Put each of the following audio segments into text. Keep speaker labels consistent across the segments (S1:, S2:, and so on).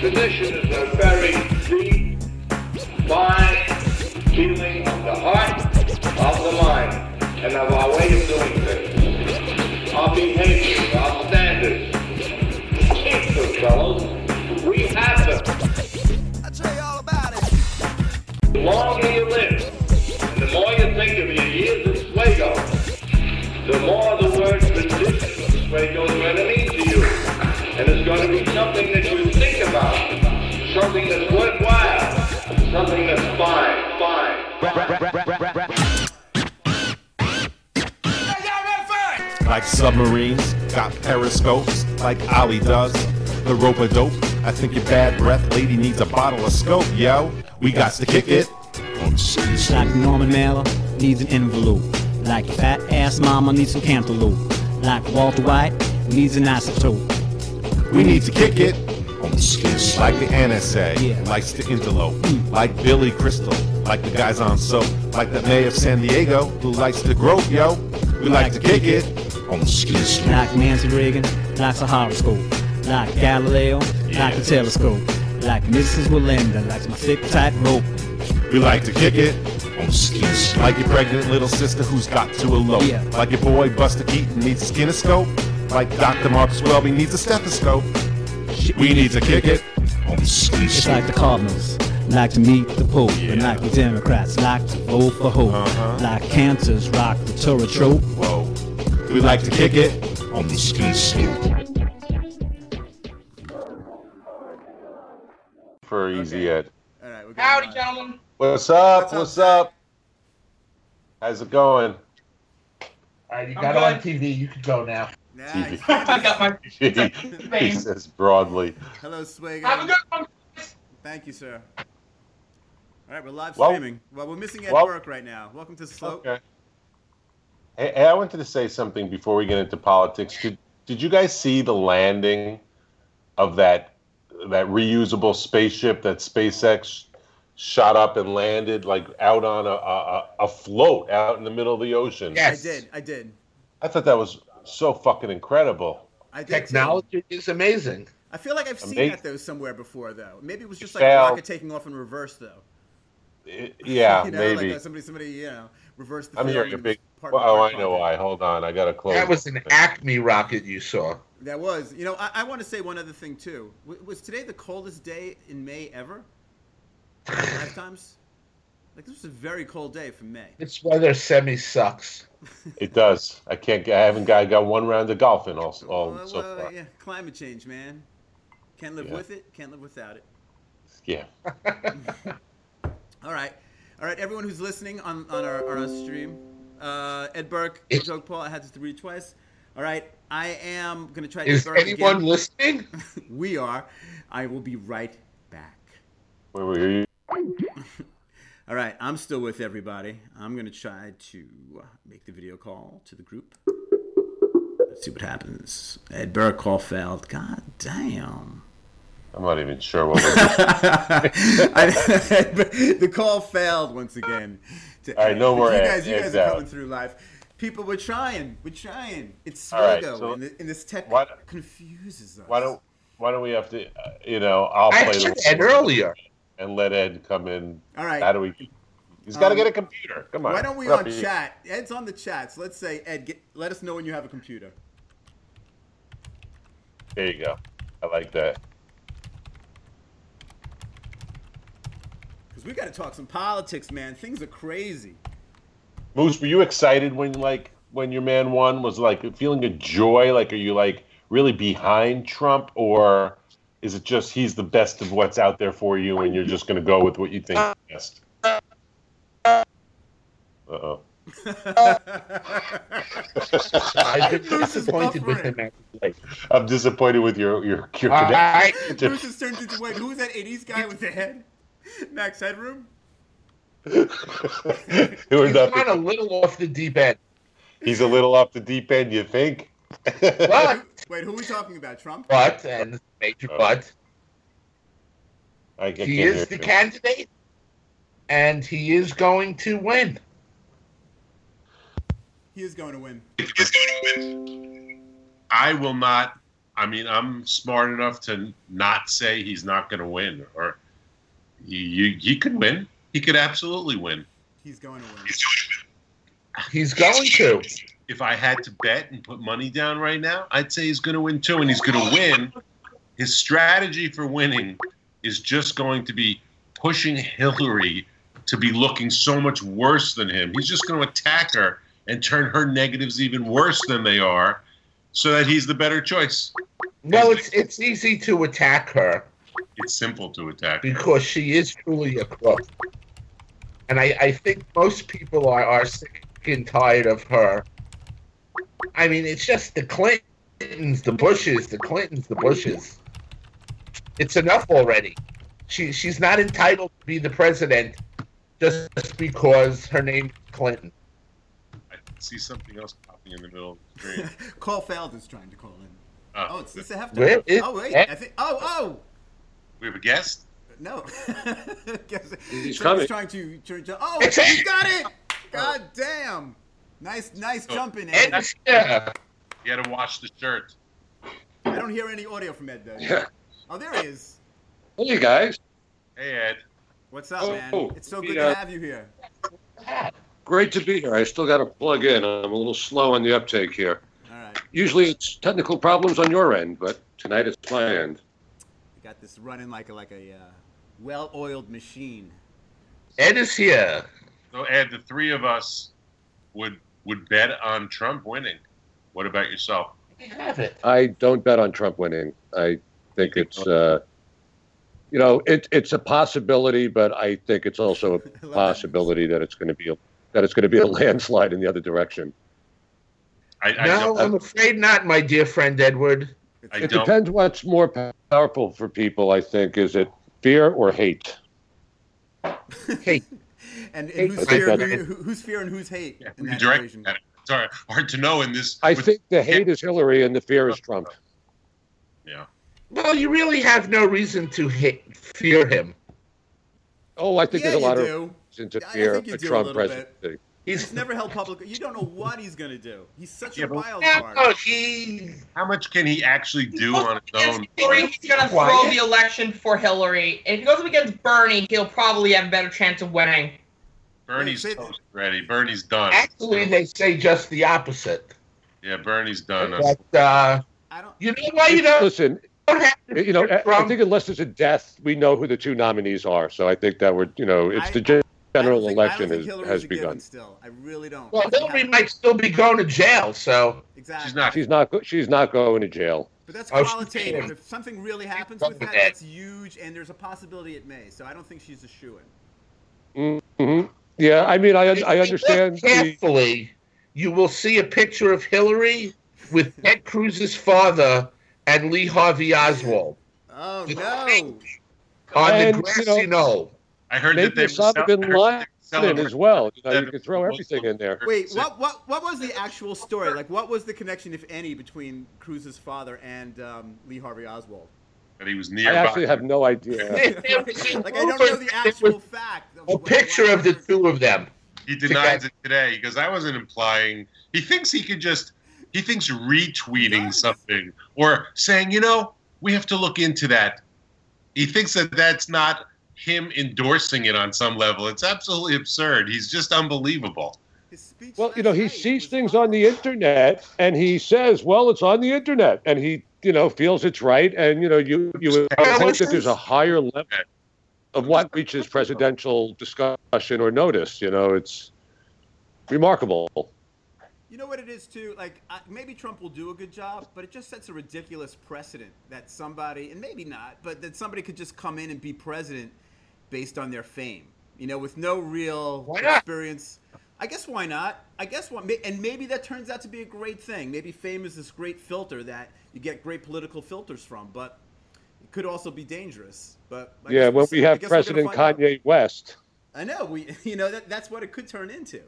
S1: traditions are buried deep, by feeling of the heart, of the mind, and of our way of doing things, our behaviors, our standards. Keep them, fellows. We have them.
S2: I'll tell you all about it.
S1: The longer you live, and the more you think of your years in Swago, the more the word tradition of Swago is going to mean to you. And it's going to be something that you think about, something that's worthwhile, something that's fine, fine,
S3: fine. Like submarines, got periscopes, like Ollie does. The rope a dope. I think your bad breath lady needs a bottle of scope, yo. We got to kick it.
S4: It's like Norman Mailer needs an envelope. Like fat ass mama needs some cantaloupe. Like Walter White needs an isotope.
S3: We need to kick it. Like the NSA yeah. likes to interlope. Mm. Like Billy Crystal, like the guys on soap. Like the mayor of San Diego who likes to grope, yo. We like, like to kick it.
S4: it. Like Nancy Reagan likes a horoscope. Like Galileo yeah. like a telescope. Like Mrs. Willenda likes my thick tight rope.
S3: We like to kick it. Like your pregnant little sister who's got to elope. Yeah. Like your boy Buster Keaton needs a kinescope. Like Dr. Marcus Welby needs a stethoscope. We need to kick it.
S4: It's like the Cardinals. Like to meet the Pope, yeah. and like the Democrats, like to vote for hope. Uh-huh. Like cancers rock the Torah trope.
S3: Whoa. We like to kick it on the ski
S5: slope. For easy okay.
S6: All right, we're Howdy, on. gentlemen.
S5: What's up? What's up? What's up? How's it going?
S6: All right, you got on TV. You can go now.
S5: Nah, I got my. he says broadly.
S2: Hello, Swagger.
S6: Have a good one.
S2: Thank you, sir. All right, we're live streaming. Well, well we're missing at well, work right now. Welcome to the slope. Okay.
S5: Hey, I wanted to say something before we get into politics. Did Did you guys see the landing of that that reusable spaceship that SpaceX shot up and landed like out on a, a, a float out in the middle of the ocean?
S2: Yes, I did. I did.
S5: I thought that was so fucking incredible.
S6: Technology too. is amazing.
S2: I feel like I've amazing. seen that though somewhere before though. Maybe it was just like Failed. a rocket taking off in reverse though.
S5: It, yeah,
S2: you know,
S5: maybe
S2: like, uh, somebody, somebody, you know, reverse the.
S5: I'm hearing a big. Part, well, part, oh, I know why. Hold on, I gotta close.
S6: That was an Acme rocket you saw.
S2: That was. You know, I, I want to say one other thing too. W- was today the coldest day in May ever? Lifetimes. Like this was a very cold day for May.
S6: It's weather semi sucks.
S5: it does. I can't. I haven't got. I got one round of golf in all, all well, so well, far.
S2: Yeah, climate change, man. Can't live yeah. with it. Can't live without it.
S5: Yeah.
S2: all right, all right. Everyone who's listening on on our, on our stream, uh, Ed Burke, is, Joke Paul. I had to read twice. All right, I am gonna try. to
S6: Is anyone
S2: again.
S6: listening?
S2: we are. I will be right back.
S5: Where were you?
S2: All right, I'm still with everybody. I'm going to try to make the video call to the group. Let's see what happens. Ed Burke call failed. God damn.
S5: I'm not even sure what we're the
S2: call failed once again.
S5: To, All right, no more.
S2: You
S5: Ed,
S2: guys, you guys are coming through live. People, we're trying. We're trying. It's Swago, right, so and, the, and, this tech why, confuses us.
S5: Why don't Why don't we have to? Uh, you know, I'll play. I
S6: should Ed earlier
S5: and let Ed come in.
S2: All right.
S5: How do we? He's got to um, get a computer. Come on.
S2: Why don't we on chat? Ed's on the chat. So let's say Ed, get, let us know when you have a computer.
S5: There you go. I like that.
S2: Cause we got to talk some politics, man. Things are crazy.
S5: Moose, were you excited when like when your man won? Was like feeling a joy? Like, are you like really behind Trump or? is it just he's the best of what's out there for you and you're just going to go with what you think best uh-oh
S6: I'm disappointed with him.
S5: Like, I'm disappointed with your your. your
S6: All right.
S2: Bruce has turned into wait. Who was that '80s guy with the head? Max Headroom.
S5: Who
S6: he's kind of little off the deep end.
S5: He's a little off the deep end. You think?
S6: What?
S2: Wait, who are we talking about? Trump?
S6: But and major oh. but.
S5: I, I
S6: he is the you. candidate, and he is going to win.
S2: He is going to win.
S7: I will not
S5: I mean, I'm smart enough to not say he's not going to win, or you, you, he could win. He could absolutely win.
S2: He's going to win.
S6: He's going to.
S5: If I had to bet and put money down right now, I'd say he's going to win too, and he's going to win. His strategy for winning is just going to be pushing Hillary to be looking so much worse than him. He's just going to attack her and turn her negatives even worse than they are, so that he's the better choice.
S6: Well, it's it's easy to attack her
S5: It's simple to attack.
S6: because she is truly a crook, and I, I think most people are are sick and tired of her. I mean, it's just the Clintons, the Bushes, the Clintons, the Bushes. It's enough already. She she's not entitled to be the president just because her name is Clinton.
S5: I see something else popping in the middle of the screen.
S2: Caulfield is trying to call in.
S5: Uh,
S2: Oh, it's Lisa Hefter.
S6: Where is-
S2: oh wait, I think. Oh oh
S5: we have a guest.
S2: no. Guess- Someone's
S7: He's coming. Oh.
S2: Trying to, trying to- Oh,
S6: It's
S2: he got it! God damn! Nice, nice
S5: Oh.
S2: jumping, Ed.
S6: And yeah,
S5: You got to wash the shirt.
S2: I don't hear any audio from Ed though.
S7: Yeah.
S2: Oh, there he is.
S7: Hey guys,
S5: Hey, Ed.
S2: What's up,
S7: Oh,
S2: man?
S7: oh,
S2: It's so
S7: we,
S2: good
S7: uh,
S2: to have you here.
S7: great to be here. I still got to plug in. I'm a little slow on the uptake here.
S2: All right,
S7: Usually it's technical problems on your end, but tonight it's my end.
S2: we got this running like a like a uh, well-oiled machine.
S6: Ed is here.
S5: So, Ed, the three of us would would bet on Trump winning. What about yourself?
S6: We have it.
S7: I don't bet on Trump winning. I think it's, uh, you know, it, it's a possibility, but I think it's
S2: I
S7: also a
S2: love that.
S7: possibility that it's going to be a, that it's going to be a landslide in the other direction.
S5: I, I
S6: No,
S5: don't.
S6: I'm afraid not, my dear friend Edward.
S5: I
S7: um, It
S5: don't.
S7: depends what's more po- powerful for people. I think is it fear or hate.
S6: Hey,
S2: And, and
S6: Hey,
S2: whose
S7: I think
S2: fear,
S7: that-
S2: who, who's fear, and who's hate
S5: Yeah,
S2: in
S5: we
S2: that
S5: direct
S2: equation?
S5: that. Sorry, hard to know in this.
S7: I
S5: with-
S7: think the hate is Hillary and the fear
S2: Uh,
S7: is Trump.
S5: Yeah.
S6: well, you really have no reason to hate, fear him.
S7: Oh, I think
S2: yeah,
S7: there's a lot
S2: you
S7: of
S2: do.
S7: reason to
S2: I- I
S7: fear
S2: think you
S7: a
S2: do a
S7: Trump
S2: little bit.
S7: presidency.
S2: He's never held public. You don't know what he's gonna do. He's such
S5: Yeah,
S2: a
S5: but-
S2: wild card.
S6: No, he.
S5: How much can he actually do on his
S8: against
S5: own?
S8: Hillary, he's going to throw
S6: Quiet.
S8: the election for Hillary. If he goes up against Bernie, he'll probably have a better chance of winning.
S5: Bernie's
S2: Wait, say-
S5: toast ready. Bernie's done.
S6: Actually, they say just the opposite.
S5: Yeah, Bernie's done.
S6: But uh,
S2: I don't.
S6: you know why you don't
S7: Listen,
S6: have to
S7: you know,
S6: fear
S7: I- I
S6: Trump?
S7: think unless there's a death, we know who the two nominees are. So I think that we're, you know, it's
S2: I-
S7: the gen-
S2: I don't
S7: general
S2: think- I don't
S7: election
S2: think
S7: has,
S2: Hillary's
S7: has
S2: a given
S7: begun.
S2: Still, I really don't.
S6: well, Hillary might still be going to jail, so
S2: Exactly.
S5: She's not.
S7: She's not. go- She's not going to jail.
S2: But that's
S6: Oh, she-
S2: qualitative. If something really happens
S6: She's
S2: with
S6: done
S2: that,
S6: with that.
S2: that's huge, and there's a possibility it may. So I don't think she's a shoo in.
S7: hmm Yeah, I mean, I un- I
S6: If you
S7: understand.
S6: look
S7: The,
S6: Carefully, you will see a picture of Hillary with Ted Cruz's father and Lee Harvey Oswald
S2: Oh no!
S6: on
S7: And,
S6: the
S7: you
S6: grassy
S7: know,
S6: knoll.
S5: I heard that they
S7: maybe
S5: were cel-
S7: Osama bin
S5: I heard that they were
S7: Laden as well. You, know, you
S5: celebrating
S7: can throw
S5: Muslim
S7: everything in there.
S2: Wait, what, what what was the actual story? Like, what was the connection, if any, between Cruz's father and um, Lee Harvey Oswald?
S5: That he was
S7: I
S5: nearby.
S7: actually have no idea.
S2: like, I don't know the actual fact. Of
S6: A picture of the two of them.
S5: He denies it today because I wasn't implying. He thinks he could just. He thinks retweeting
S2: Yes.
S5: something or saying, you know, we have to look into that. He thinks that that's not him endorsing it on some level. It's absolutely absurd. He's just unbelievable.
S2: His speech
S7: Well, you
S2: last
S7: know, he
S2: night
S7: sees
S2: was
S7: things
S2: wild.
S7: on the internet and he says, "Well, it's on the internet," and he, you know, feels it's right. And you know, you you would
S6: Yeah,
S7: hope
S6: what's
S7: that there's a
S6: this?
S7: higher level of what reaches presidential discussion or notice. You know, it's remarkable.
S2: You know what it is too. Like I, maybe Trump will do a good job, but it just sets a ridiculous precedent that somebody, and maybe not, but that somebody could just come in and be president based on their fame. You know, with no real
S6: Why not?
S2: experience. I guess why not? I guess why, may- and maybe that turns out to be a great thing. Maybe fame is this great filter that you get great political filters from, but it could also be dangerous. But I
S7: yeah,
S2: guess
S7: when
S2: we'll see.
S7: we
S2: I
S7: have
S2: guess we're gonna
S7: President
S2: find out.
S7: Kanye West.
S2: I know we, you know, that, that's what it could turn into.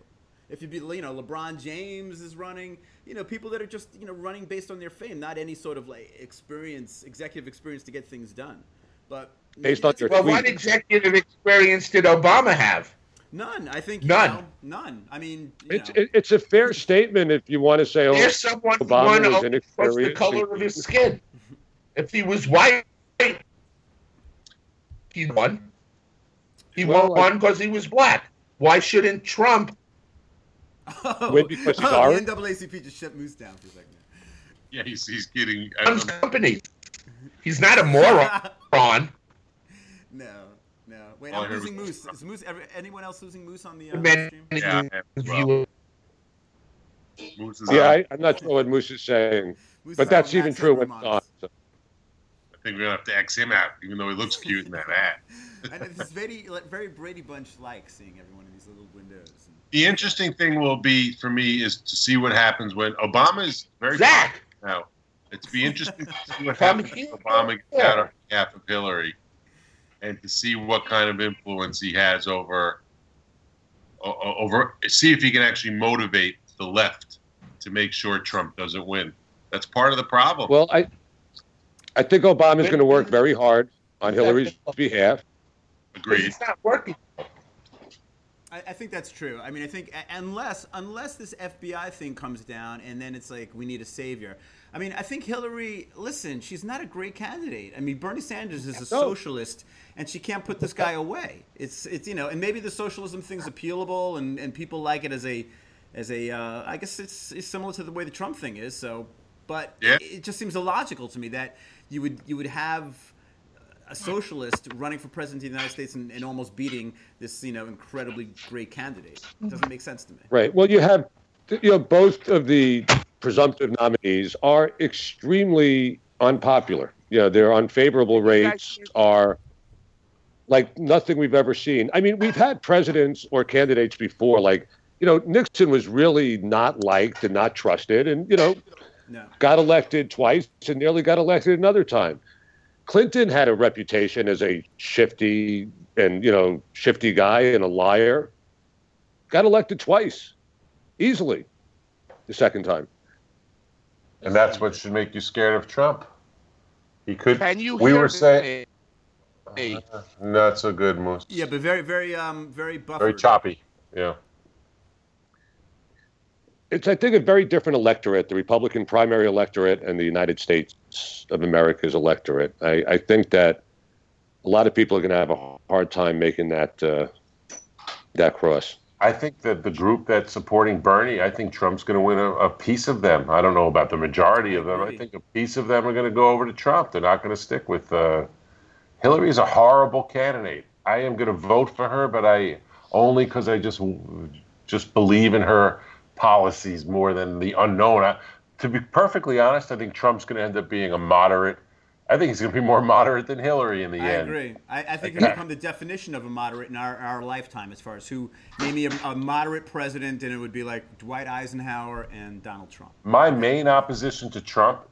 S2: If you be, you know, LeBron James is running, you know, people that are just, you know, running based on their fame, not any sort of like experience, executive experience to get things done. But maybe
S7: on
S2: that's a
S7: your
S2: good
S6: Well,
S7: tweet.
S6: what executive experience did Obama have?
S2: none. I think you
S6: None.
S2: know, none. I mean, you
S7: It's
S2: know,
S7: it, it's a fair statement if you want to say, "Oh,
S6: There's someone who
S7: Obama
S6: won
S7: was
S6: over what's the
S7: inexperienced.
S6: color of his skin. If he was white, he won. He
S7: Well, I-
S6: won because he was black. Why shouldn't Trump?
S2: Oh,
S7: Wait, because he's
S2: oh,
S7: orange?
S2: the NAACP just shut Moose down for a second.
S5: Yeah, he's, he's getting.
S6: Trump's company. He's not a moron.
S2: no, no. Wait,
S5: All I
S2: I'm
S5: heard
S2: losing
S5: was-
S2: Moose. Is Moose ever, anyone else losing Moose on the uh,
S6: The
S2: live stream?
S5: Yeah,
S6: man
S5: I am as well.
S6: you-
S5: Moose is
S7: Yeah,
S5: on.
S7: I, I'm not sure what Moose is saying,
S2: Moose
S7: but
S2: is
S7: that's
S2: on
S7: even
S2: Max
S7: true when
S2: Headroom
S7: it's
S2: on
S7: on.
S2: us.
S7: So,
S5: I think we're gonna have to X him out, even though he looks cute in that ad.
S2: and it's very, like, very Brady Bunch like seeing everyone in these little windows. And,
S5: The interesting thing will be for me is to see what happens when Obama is very
S6: Zach!
S5: popular now. It's be interesting to see what
S6: Come
S5: happens when
S6: here.
S5: Obama gets out on behalf of Hillary, and to see what kind of influence he has over o- o- over see if he can actually motivate the left to make sure Trump doesn't win. That's part of the problem.
S7: well, I I think Obama's going to work very hard on Hillary's behalf.
S5: Agreed.
S6: It's not working.
S2: I, I think that's true. I mean, I think a- unless unless this FBI thing comes down, and then it's like we need a savior. I mean, I think Hillary. Listen, she's not a great candidate. I mean, Bernie Sanders is a
S7: No.
S2: socialist, and she can't put this guy away. It's it's you know, and maybe the socialism thing's appealable, and and people like it as a as a. Uh, I guess it's, it's similar to the way the Trump thing is. So, but
S5: Yeah.
S2: it, it just seems illogical to me that you would you would have a socialist running for president of the United States and, and almost beating this, you know, incredibly great candidate. It doesn't make sense to me.
S7: Right. Well, you have, you know, both of the presumptive nominees are extremely unpopular. You know, their unfavorable rates are like nothing we've ever seen. I mean, we've had presidents or candidates before, like, you know, Nixon was really not liked and not trusted, and, you know,
S2: No.
S7: got elected twice and nearly got elected another time. Clinton had a reputation as a shifty and you know shifty guy and a liar. Got elected twice, easily, the second time.
S5: And that's what should make you scared of Trump. He could.
S9: Can you
S5: We
S9: hear
S5: were
S9: me?
S5: saying-
S9: Hey,
S5: Not so good, Moose.
S2: Yeah, but very, very, um, very buffered.
S5: Very choppy. Yeah.
S7: It's I think a very different electorate, the Republican primary electorate and the United States of America's electorate. I, I think that a lot of people are going to have a hard time making that uh, that cross.
S5: I think that the group that's supporting Bernie, I think Trump's going to win a, a piece of them. I don't know about the majority of them. I
S2: Agree.
S5: think a piece of them are going to go over to Trump. They're not going to stick with uh, Hillary. Is a horrible candidate. I am going to vote for her, but I only because I just just believe in her policies more than the unknown. I, to be perfectly honest, I think Trump's going to end up being a moderate. I think he's going to be more moderate than Hillary in the
S2: I
S5: end.
S2: agree. I, I think
S5: Okay.
S2: it's become the definition of a moderate in our, our lifetime as far as who made me a, a moderate president, and it would be like Dwight Eisenhower and Donald Trump.
S5: My main opposition to Trump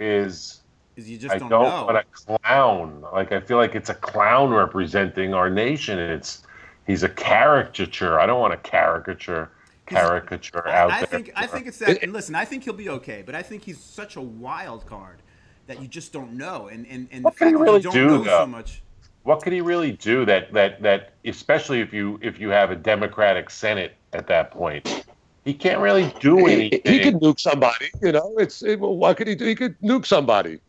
S5: is
S2: Is you just
S5: I
S2: don't,
S5: don't,
S2: know.
S5: but a clown. Like I feel like it's a clown representing our nation, and it's he's a caricature. I don't want a caricature caricature out
S2: I
S5: there.
S2: think I think it's that. And listen, I think he'll be okay, but I think he's such a wild card that you just don't know. And and, and the
S5: What
S2: fact
S5: can he
S2: that
S5: really
S2: you don't
S5: do,
S2: know so
S5: though?
S2: much.
S5: what could he really do that that that especially if you if you have a Democratic Senate at that point, he can't really do
S7: He,
S5: anything.
S7: he could nuke somebody. You know, it's it, well, what could he do? He could nuke somebody.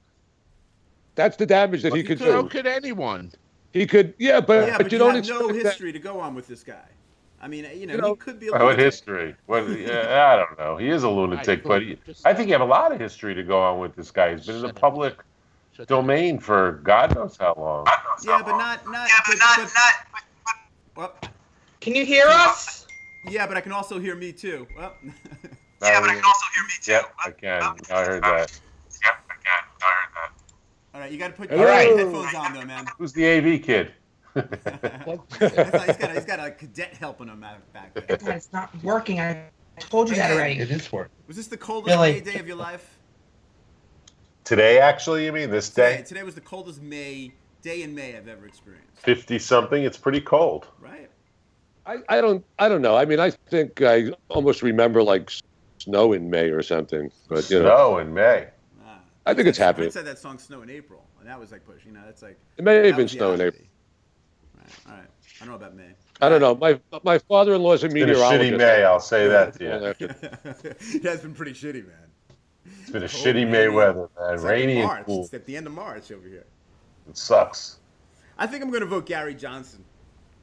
S7: That's the damage that he, could do.
S9: so could anyone.
S7: He could, yeah, but,
S2: Yeah,
S7: but,
S2: but
S7: you
S2: you
S7: don't
S2: have
S7: expect
S2: no
S7: that-
S2: history to go on with this guy. I mean, you know,
S7: You know,
S2: he could be a
S5: What
S7: Oh,
S2: lunatic.
S5: history? What? yeah, I don't know. He is a lunatic, but he, I think you have a lot of history to go on with this guy. He's been in the public
S9: Shut the-
S5: domain for God knows how long.
S2: Yeah, but not not.
S8: Yeah, but not,
S2: but-
S8: not.
S2: well,
S8: Can you hear us?
S2: yeah, but I can also hear me too. Well,
S5: Not really.
S8: hear me
S5: Yep, I can. I heard that. Yep, I can. I heard that.
S2: all right, you got to put
S7: Hello.
S2: your headphones on though, man.
S5: Who's the AV kid?
S2: I thought he's got a, he's got a cadet helping him out back there.
S8: God, it's not working. I told you that already.
S6: It is working.
S2: Was this the coldest
S8: Really?
S2: May day of your life?
S5: Today, actually, you mean this
S2: Today,
S5: day?
S2: today was the coldest May day in May I've ever experienced.
S5: 50 something, it's pretty cold.
S2: Right?
S7: I, I don't, I don't know. I mean, I think I almost remember like snow in May or something. But you know,
S5: Snow in May.
S2: Ah.
S7: I think it's happening.
S2: Prince said that song "Snow in April," and that was like push. You know, that's like
S7: It may
S2: that
S7: have been
S2: was the
S7: snow in
S2: oddity.
S7: April.
S2: Right. All right. I don't know about May.
S7: I don't know. My my father-in-law is a
S5: It's been a
S7: meteorologist.
S5: shitty May, I'll say that to you.
S2: yeah, it's been pretty shitty, man.
S5: It's been a shitty Mayweather, man.
S2: It's
S5: Rainy
S2: at
S5: and
S2: March.
S5: cool.
S2: It's at the end of March over here.
S5: It sucks.
S2: I think I'm going to vote Gary Johnson.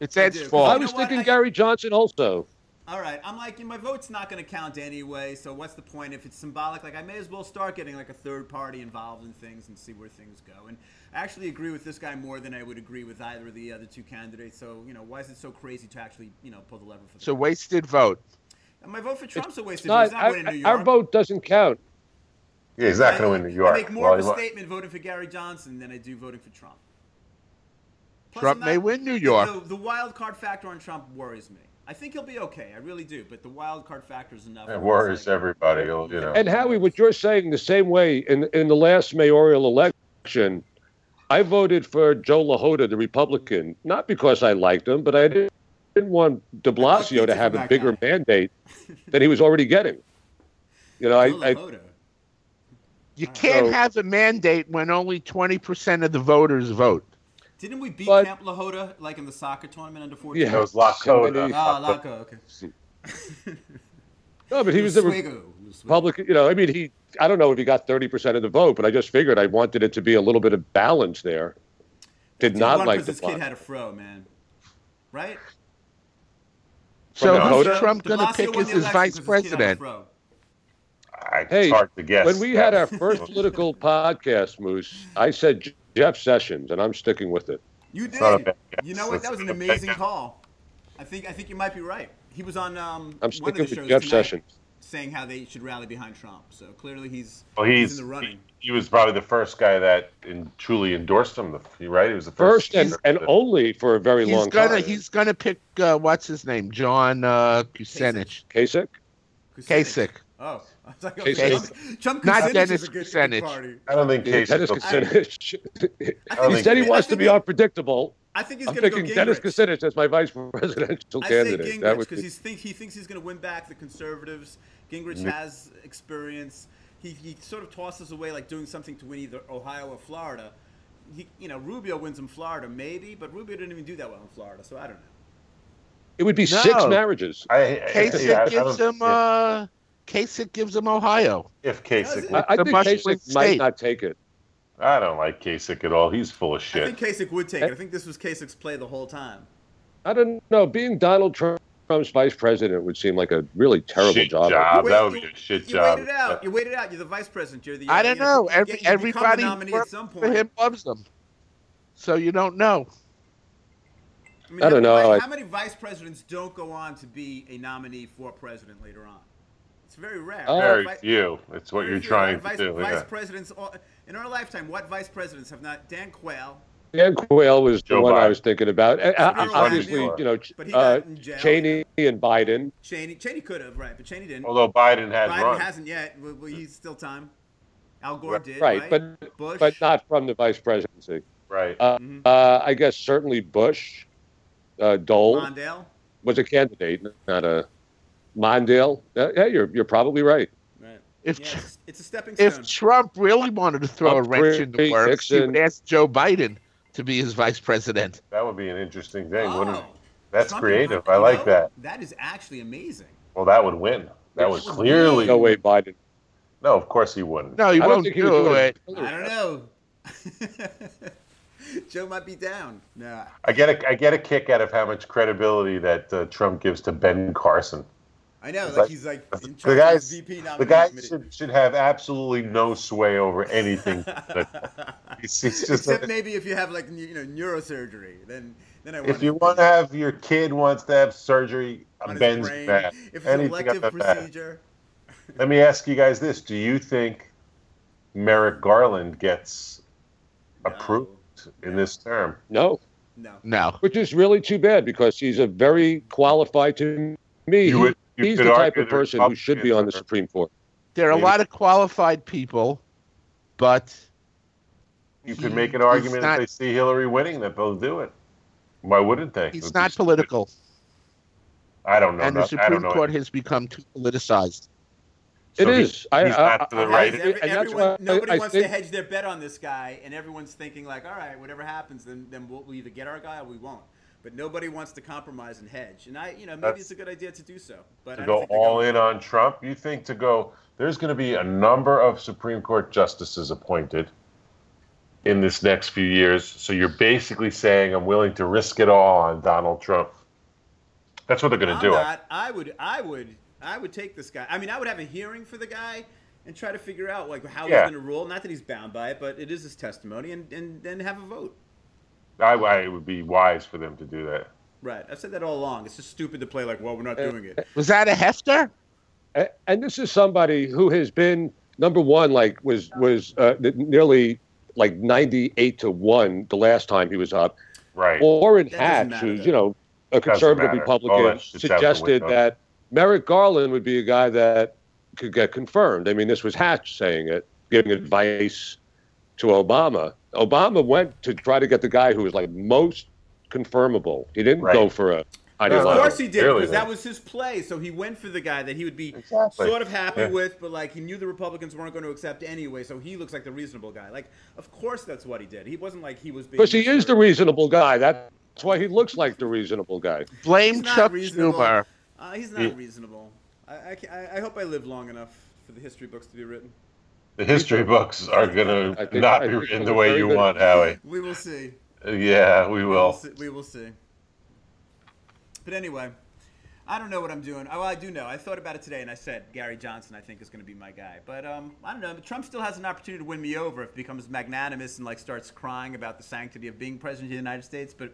S9: It's Ed's
S2: do.
S7: I
S9: fault.
S7: was
S2: know what?
S7: thinking
S2: I-
S7: Gary Johnson also.
S2: All right, I'm like, my vote's not going to count anyway, so what's the point if it's symbolic? Like, I may as well start getting like a third party involved in things and see where things go. And I actually agree with this guy more than I would agree with either of the other two candidates. So, you know, why is it so crazy to actually, you know, pull the lever for
S9: So
S2: that?
S9: wasted vote.
S2: And my vote for Trump's a waste of time.
S7: Not,
S2: He's not winning New
S7: I-
S2: York.
S7: our vote doesn't count.
S5: Yeah, he's not going to win New York.
S2: I make more
S5: Well,
S2: of
S5: he
S2: a
S5: wa-
S2: statement voting for Gary Johnson than I do voting for Trump. Plus,
S9: Trump
S2: I'm
S9: may
S2: not-
S9: win New York.
S2: The, the wild card factor on Trump worries me. I think he'll be okay. I really do. But the wild card factor is enough.
S5: It worries everybody. You'll, you know.
S7: And Howie, what you're saying the same way in in the last mayoral election, I voted for Joe LaHota, the Republican, not because I liked him, but I didn't, didn't want De Blasio to have a bigger mandate than he was already getting. You know,
S2: Joe
S7: I, I
S2: LaMotta.
S9: You can't
S7: So-
S9: have a mandate when only 20% of the voters vote.
S2: Didn't we beat
S7: But-
S2: Camp Lahota like in the soccer tournament under 14?
S7: Yeah.
S5: It was Lakota.
S7: Somebody-
S2: Ah, Laco, okay.
S7: no, but he was the Re-
S2: Oswego, Oswego.
S7: Republican. You know, I mean, he. I don't know if he got 30% of the vote, but I just figured I wanted it to be a little bit of balance there. Did
S2: He
S7: not
S2: won
S7: like
S2: 'cause
S7: the
S2: this kid
S7: block.
S2: had a fro, man. Right?
S9: So
S5: From
S9: who's
S5: Dakota?
S9: Trump going to
S2: DeBlasio
S9: pick
S2: won
S9: as
S2: the
S9: his
S2: election
S9: vice
S2: 'cause this kid had a
S9: president?
S2: fro.
S5: I, it's
S7: Hey,
S5: hard to guess.
S7: when we had
S5: Yeah.
S7: our first political podcast, Moose, I said J- Jeff Sessions, and I'm sticking with it.
S2: You did.
S5: not a bad guess.
S2: You know what? That was an
S5: That's a bad
S2: amazing
S5: guess.
S2: call. I think I think you might be right. He was on um, one
S7: I'm
S2: of
S7: sticking
S2: the
S7: with
S2: shows
S7: Jeff
S2: tonight
S7: Sessions.
S2: saying how they should rally behind Trump. So clearly he's
S5: Well, he's,
S2: in the
S5: he,
S2: running.
S5: he was probably the first guy that in, truly endorsed him. The, right? He was the first.
S7: First and, and only for a very
S9: He's
S7: long
S9: gonna
S7: time.
S9: he's gonna pick uh, what's his name, John uh, Kucinich,
S7: Kasich?
S9: Kasich.
S2: Oh, I was like,
S7: Kasich.
S2: okay, Trump, Trump
S9: Not
S2: Kucinich
S9: Dennis
S2: is a good, good
S9: Kucinich.
S2: party.
S5: I don't think
S7: Yeah,
S5: Casey.
S7: Dennis
S5: Wilson-
S7: Kucinich.
S2: I
S5: don't
S2: think
S7: he said he
S5: I
S7: wants to
S2: think
S7: be
S2: he-
S7: unpredictable.
S2: I think he's
S7: I'm
S2: going to go
S7: picking Dennis
S2: Gingrich.
S7: Kucinich as my vice presidential
S2: I say
S7: candidate.
S2: Gingrich
S7: that would
S2: because
S7: be,
S2: he's think he thinks he's going to win back the conservatives. Gingrich
S5: Nick-
S2: has experience. He, he sort of tosses away like doing something to win either Ohio or Florida. He, you know, Rubio wins in Florida maybe, but Rubio didn't even do that well in Florida, so I don't know.
S7: it would be six
S9: No.
S7: marriages.
S5: I, I,
S9: Kasich
S5: yeah, I- I
S9: gives
S5: don't-
S9: him uh, Kasich gives him Ohio.
S5: if Kasich,
S2: Does
S7: I,
S2: it?
S5: I,
S7: I
S9: the
S7: think
S9: Muslim
S7: Kasich might
S9: state.
S7: not take it.
S5: don't like Kasich at all. He's full of
S2: I think
S5: shit.
S2: Kasich would take it. I think this was Kasich's play the whole time.
S7: I don't know. Being Donald Trump- Trump's vice president would seem like a really terrible
S5: shit
S7: job.
S2: You wait-
S5: That would be
S2: you-
S5: a shit
S2: you
S5: job.
S2: waited out. You waited out. You're the vice president. You're the.
S9: I
S2: uh,
S9: don't
S2: you know,
S9: know.
S2: you
S9: Every,
S2: get- you become the
S9: everybody who
S2: nominee at
S9: works
S2: some
S9: for
S2: point.
S9: him loves him. So you don't know.
S2: I, mean,
S7: I don't
S2: how many-
S7: know. I-
S2: How many vice presidents don't go on to be a nominee for president later on? It's very rare.
S7: Oh.
S5: Very
S2: Vi-
S5: few. It's what
S2: very
S5: you're
S2: few.
S5: trying
S2: uh, vice,
S5: to do.
S2: Vice
S5: yeah.
S2: presidents all, in our lifetime, what vice presidents have not? Dan Quayle,
S7: Dan Quayle was the
S5: Joe
S7: one I
S5: Biden.
S7: was thinking about. Uh, uh,
S2: Biden.
S7: Obviously, you know,
S2: But he
S7: uh,
S2: got in jail.
S7: Cheney and Biden.
S2: Cheney. Cheney could have, right? But Cheney didn't.
S5: Although Biden has
S2: Biden
S5: run.
S2: hasn't yet. Well, well, he's still time. Al Gore did,
S7: Right,
S2: right?
S7: but-
S2: Bush.
S7: but not from the vice presidency.
S5: right.
S7: Uh,
S2: Mhm.
S7: uh, I guess certainly Bush, uh, Dole
S2: Mondale.
S7: was a candidate, not a Mondale. Uh, yeah, you're you're probably right.
S2: Right.
S9: If
S2: Yeah, it's, it's a stepping stone.
S9: if Trump really wanted to throw a
S7: Trump,
S9: wrench in the
S7: Hillary,
S9: works, he
S7: Nixon.
S9: would ask Joe Biden to be his vice president.
S5: that would be an interesting thing. wouldn't it?
S2: Oh.
S5: That's
S2: Trump and
S5: creative.
S2: Biden,
S5: I
S2: you
S5: like
S2: know?
S5: that.
S2: That is actually amazing.
S5: Well, that would win. That would clearly.
S7: No way, Biden.
S5: No, of course he wouldn't.
S9: No, he
S7: I
S9: won't
S7: don't think he would
S9: do it.
S2: I don't know. Joe might be down. No,
S5: I get a I get a kick out of how much credibility that uh, Trump gives to Ben Carson.
S2: I know.
S5: It's
S2: Like,
S5: like-
S2: he's like in
S5: The
S2: charge
S5: guy,
S2: of his VP
S5: the
S2: nomination
S5: guy
S2: committee.
S5: should, should have absolutely no sway over anything. he's, he's just
S2: Except maybe if you have like you know neurosurgery, then then I.
S5: if you want to have your kid wants to have surgery,
S2: on his
S5: Ben's
S2: brain,
S5: back.
S2: If it's an
S5: Anything
S2: elective
S5: about that.
S2: procedure,
S5: Let me ask you guys this: Do you think Merrick Garland gets
S2: No.
S5: approved in this term?
S7: No,
S2: no.
S9: No.
S7: which is really too bad because he's a very qualified to me.
S5: You would- you
S7: he's
S5: could
S7: the type
S5: argue
S7: of
S5: that
S7: person who should be on the
S5: Republicans are-
S7: Supreme Court.
S9: There are a
S5: Maybe.
S9: lot of qualified people, but
S5: You
S9: He-
S5: could make an
S9: he's
S5: argument
S9: not-
S5: if they see Hillary winning that they'll do it. Why wouldn't they? It would
S9: he's
S5: be
S9: not
S5: stupid.
S9: political.
S5: I don't know.
S9: and the
S5: enough- I don't
S9: Supreme
S5: know
S9: Court has become too politicized.
S5: So
S7: It
S5: he-
S7: is. I,
S5: he's
S7: I,
S5: not to the
S7: I-
S5: right.
S7: I-
S2: Every-
S7: and that's
S2: everyone-
S7: why
S2: nobody
S7: I
S2: wants
S7: think
S2: to hedge their bet on this guy, and everyone's thinking like, all right, whatever happens, then then we'll, we either get our guy or we won't. But nobody wants to compromise and hedge. And I, you know, maybe
S5: That's-
S2: it's a good idea to do so. But
S5: to
S2: I
S5: go
S2: don't
S5: all
S2: think
S5: in on Trump? You think to go, there's going to be a number of Supreme Court justices appointed in this next few years. So you're basically saying, I'm willing to risk it all on Donald Trump. That's what they're going to
S2: I'm
S5: do.
S2: not. I would. I would. I would take this guy. I mean, I would have a hearing for the guy and try to figure out like how
S5: Yeah.
S2: he's going to rule. Not that he's bound by it, but it is his testimony, and and then have a vote.
S5: I, I, it would be wise for them to do that.
S2: Right. I've said that all along. It's just stupid to play like, well, we're not doing it.
S9: Was that a hefter?
S7: A- and this is somebody who has been number one like was was uh, th- nearly like 98 to 1 the last time he was up
S5: Right.
S7: Orrin
S2: That doesn't
S7: Hatch
S2: matter,
S7: who's you know a conservative
S5: matter. All
S7: republican
S5: that shit's out the
S7: suggested
S5: window.
S7: that Merrick Garland would be a guy that could get confirmed I mean this was Hatch saying it giving advice to Obama Obama went to try to get the guy who was like most confirmable he didn't
S5: Right.
S7: go for a
S2: Of
S5: Well,
S2: course
S7: ideological
S2: he did,
S5: clearly
S2: because
S5: not.
S2: that was his play. So he went for the guy that he would be
S5: Exactly.
S2: sort of happy
S5: Yeah.
S2: with, but like he knew the Republicans weren't going to accept anyway. So he looks like the reasonable guy. Like, of course that's what he did. He wasn't like he was being.
S7: because he is the
S2: absurd.
S7: reasonable guy that's why he looks like the reasonable guy
S9: Blame
S2: He's not
S9: Chuck
S2: reasonable.
S9: Schumer.
S2: Uh, he's not
S5: He-
S2: reasonable. I, I, ca- I- I hope I live long enough for the history books to be written.
S5: The history books are going
S7: I
S5: to
S7: think-
S5: not
S7: I
S5: be
S7: think
S5: written
S7: they're
S5: the way
S7: very
S5: you
S7: good.
S5: want, Howie.
S2: We will see.
S5: Yeah, we
S2: We will
S5: will.
S2: see. We will see. But anyway, I don't know what I'm doing. Oh, well, I do know. I thought about it today, and I said Gary Johnson, I think, is going to be my guy. But um, I don't know. Trump still has an opportunity to win me over if he becomes magnanimous and like starts crying about the sanctity of being president of the United States. But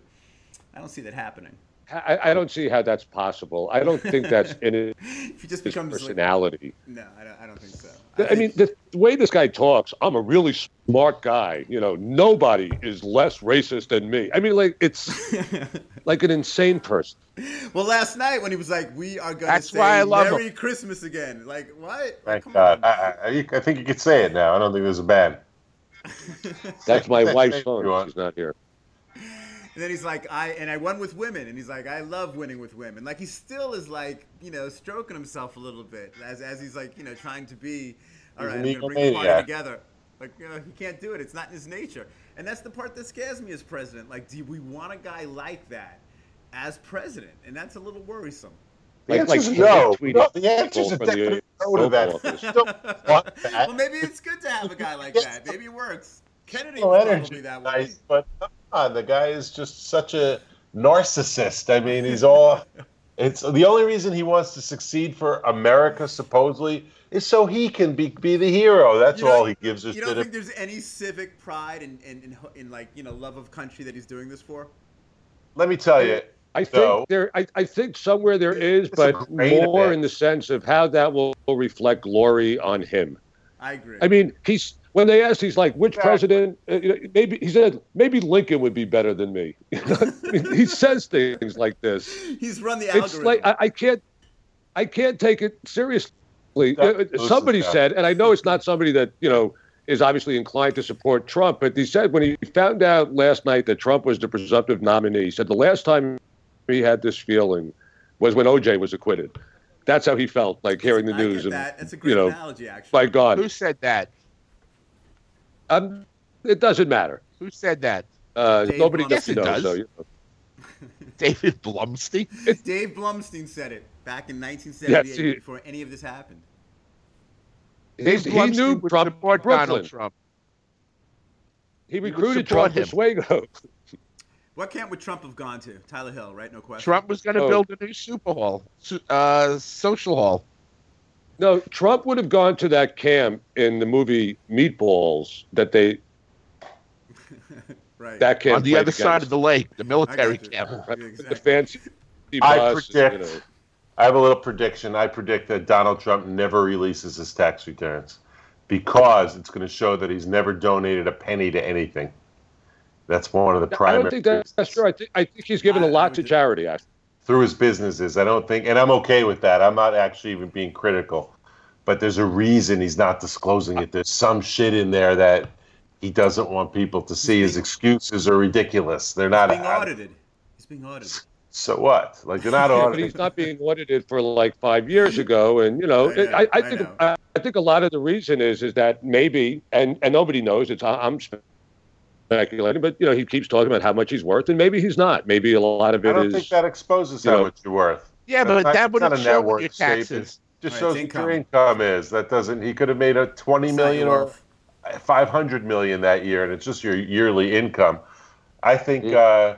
S2: I don't see that happening.
S7: I, I don't see how that's possible. I don't think that's in
S2: If he just
S7: his
S2: becomes like,
S7: personality.
S2: no, I don't, I don't think so.
S7: I mean, the, the way this guy talks, I'm a really smart guy. You know, nobody is less racist than me. I mean, like it's
S2: mean.
S7: like an insane person.
S2: Well, last night when he was like, "We are going to
S9: That's
S2: say
S9: why I love
S2: Merry Christmas again," like what? Like,
S5: Thank God.
S2: on.
S5: I, I, I think you could say it now. I don't think there's a ban.
S7: That's my
S5: Thank
S7: wife's
S5: you. uh,
S7: phone. She's not here.
S2: And then he's like, "I and I won with women," and he's like, "I love winning with women." Like he still is like, you know, stroking himself a little bit as as he's like, you know, trying to be, all
S5: He's
S2: right,
S5: an
S2: I'm going to bring the party
S5: egomaniac.
S2: together. Like you know, he can't do it. It's not in his nature, and that's the part that scares me as president. Like, do we want a guy like that as president? And that's a little worrisome.
S5: The
S7: Like, like
S5: answer's no.
S7: tweeting
S5: No, the answer's
S7: people
S5: a
S7: from the
S5: definite no to
S7: Oval
S5: that.
S7: Office.
S5: Don't want that.
S2: well, maybe it's good to have a guy like that. Maybe it works. Kennedy
S5: No
S2: was
S5: energy,
S2: probably that way.
S5: nice, but come on, the guy is just such a narcissist. I mean, he's all. It's the only reason he wants to succeed for America, supposedly, is so he can be be the hero. That's
S2: You don't-
S5: all he gives a
S2: You don't
S5: shit.
S2: think
S5: ab-
S2: there's any civic pride and in, in, in, like you know love of country that he's doing this for?
S5: Let me tell you,
S7: I think
S5: No.
S7: there. I, I think somewhere there is,
S5: It's a
S7: but
S5: great
S7: more
S5: event.
S7: in the sense of how that will will reflect glory on him.
S2: I agree.
S7: I mean, he's when they asked, he's like, which
S5: Exactly.
S7: president? Uh, you know, maybe he said, maybe Lincoln would be better than me. I mean, he says things like this.
S2: he's run the
S7: It's
S2: algorithm.
S7: like I, I can't, I can't take it seriously.
S5: That-
S7: Uh,
S5: those
S7: somebody
S5: are the-
S7: said, and I know it's not somebody that you know is obviously inclined to support Trump, but he said when he found out last night that Trump was the presumptive nominee, he said the last time he had this feeling was when OJ was acquitted. That's how he felt, like hearing the
S2: I
S7: news
S2: get
S7: and
S2: that. That's a great
S7: you know,
S2: analogy, actually.
S7: by God,
S9: Who said that?
S7: um, it doesn't matter.
S9: Who said that?
S7: Uh,
S2: Dave
S7: nobody
S2: Blum-
S7: gets
S9: Yes, it
S7: knows.
S9: does.
S7: So, you know.
S9: David Blumstein?
S2: Dave Blumstein said it back in 1978
S7: Yes, he-
S2: before any of this happened.
S7: He- he,
S9: Blumstein
S7: knew
S9: would
S7: Trump,
S9: support
S7: Brooklyn.
S9: Donald Trump.
S7: He
S9: would
S7: recruited
S9: support
S7: Trump to
S9: him.
S7: Swago.
S2: What camp would Trump have gone to? Tyler Hill, right? No question.
S9: Trump was going to
S7: Oh.
S9: build a new super hall, su- uh, social hall.
S7: No, Trump would have gone to that camp in the movie Meatballs that they
S2: right.
S7: that camp
S9: on the
S7: played
S9: other side of
S7: against.
S9: the lake, the
S2: I
S9: military
S2: got you.
S9: camp.
S2: Yeah,
S7: the
S2: exactly.
S7: fancy.
S5: I
S7: bus, you
S5: predict-
S7: know.
S5: I have a little prediction. I predict that Donald Trump never releases his tax returns because it's going to show that he's never donated a penny to anything. That's one of the
S7: I
S5: primary.
S7: don't think that's, that's true. I think I think he's given a
S2: I- I
S7: lot
S2: would
S7: to
S2: do-
S7: charity. Actually.
S5: through his businesses. I don't think, and I'm okay with that. I'm not actually even being critical, but there's a reason he's not disclosing it. There's some shit in there that he doesn't want people to see. His excuses are ridiculous. They're not
S2: Being audited. He's being audited.
S5: So what? Like they're not
S7: But
S5: audited.
S7: he's not being audited for like five years ago, and you know,
S2: I know,
S7: it- I, I
S2: I
S7: think
S2: know.
S7: I, I think a lot of the reason is is that maybe, and and nobody knows. It's I- I'm speculating, but you know, he keeps talking about how much he's worth, and maybe he's not. Maybe a lot of
S5: I
S7: it
S5: don't think
S7: is.
S5: that exposes
S7: you
S5: how
S7: know-
S5: much you're worth.
S9: Yeah, but
S5: That's not-
S9: that
S5: it's not
S9: wouldn't
S5: a
S9: show
S5: net
S9: with
S5: worth
S9: your
S5: shape. It
S9: taxes.
S5: Just
S2: Right,
S5: shows
S2: it's
S5: what your
S2: income.
S5: income is. That doesn't. He could have made a twenty
S2: It's not
S5: million
S2: your
S5: or
S2: wealth.
S5: five hundred million that year, and it's just your yearly income. I think.
S9: Yeah.
S5: Uh,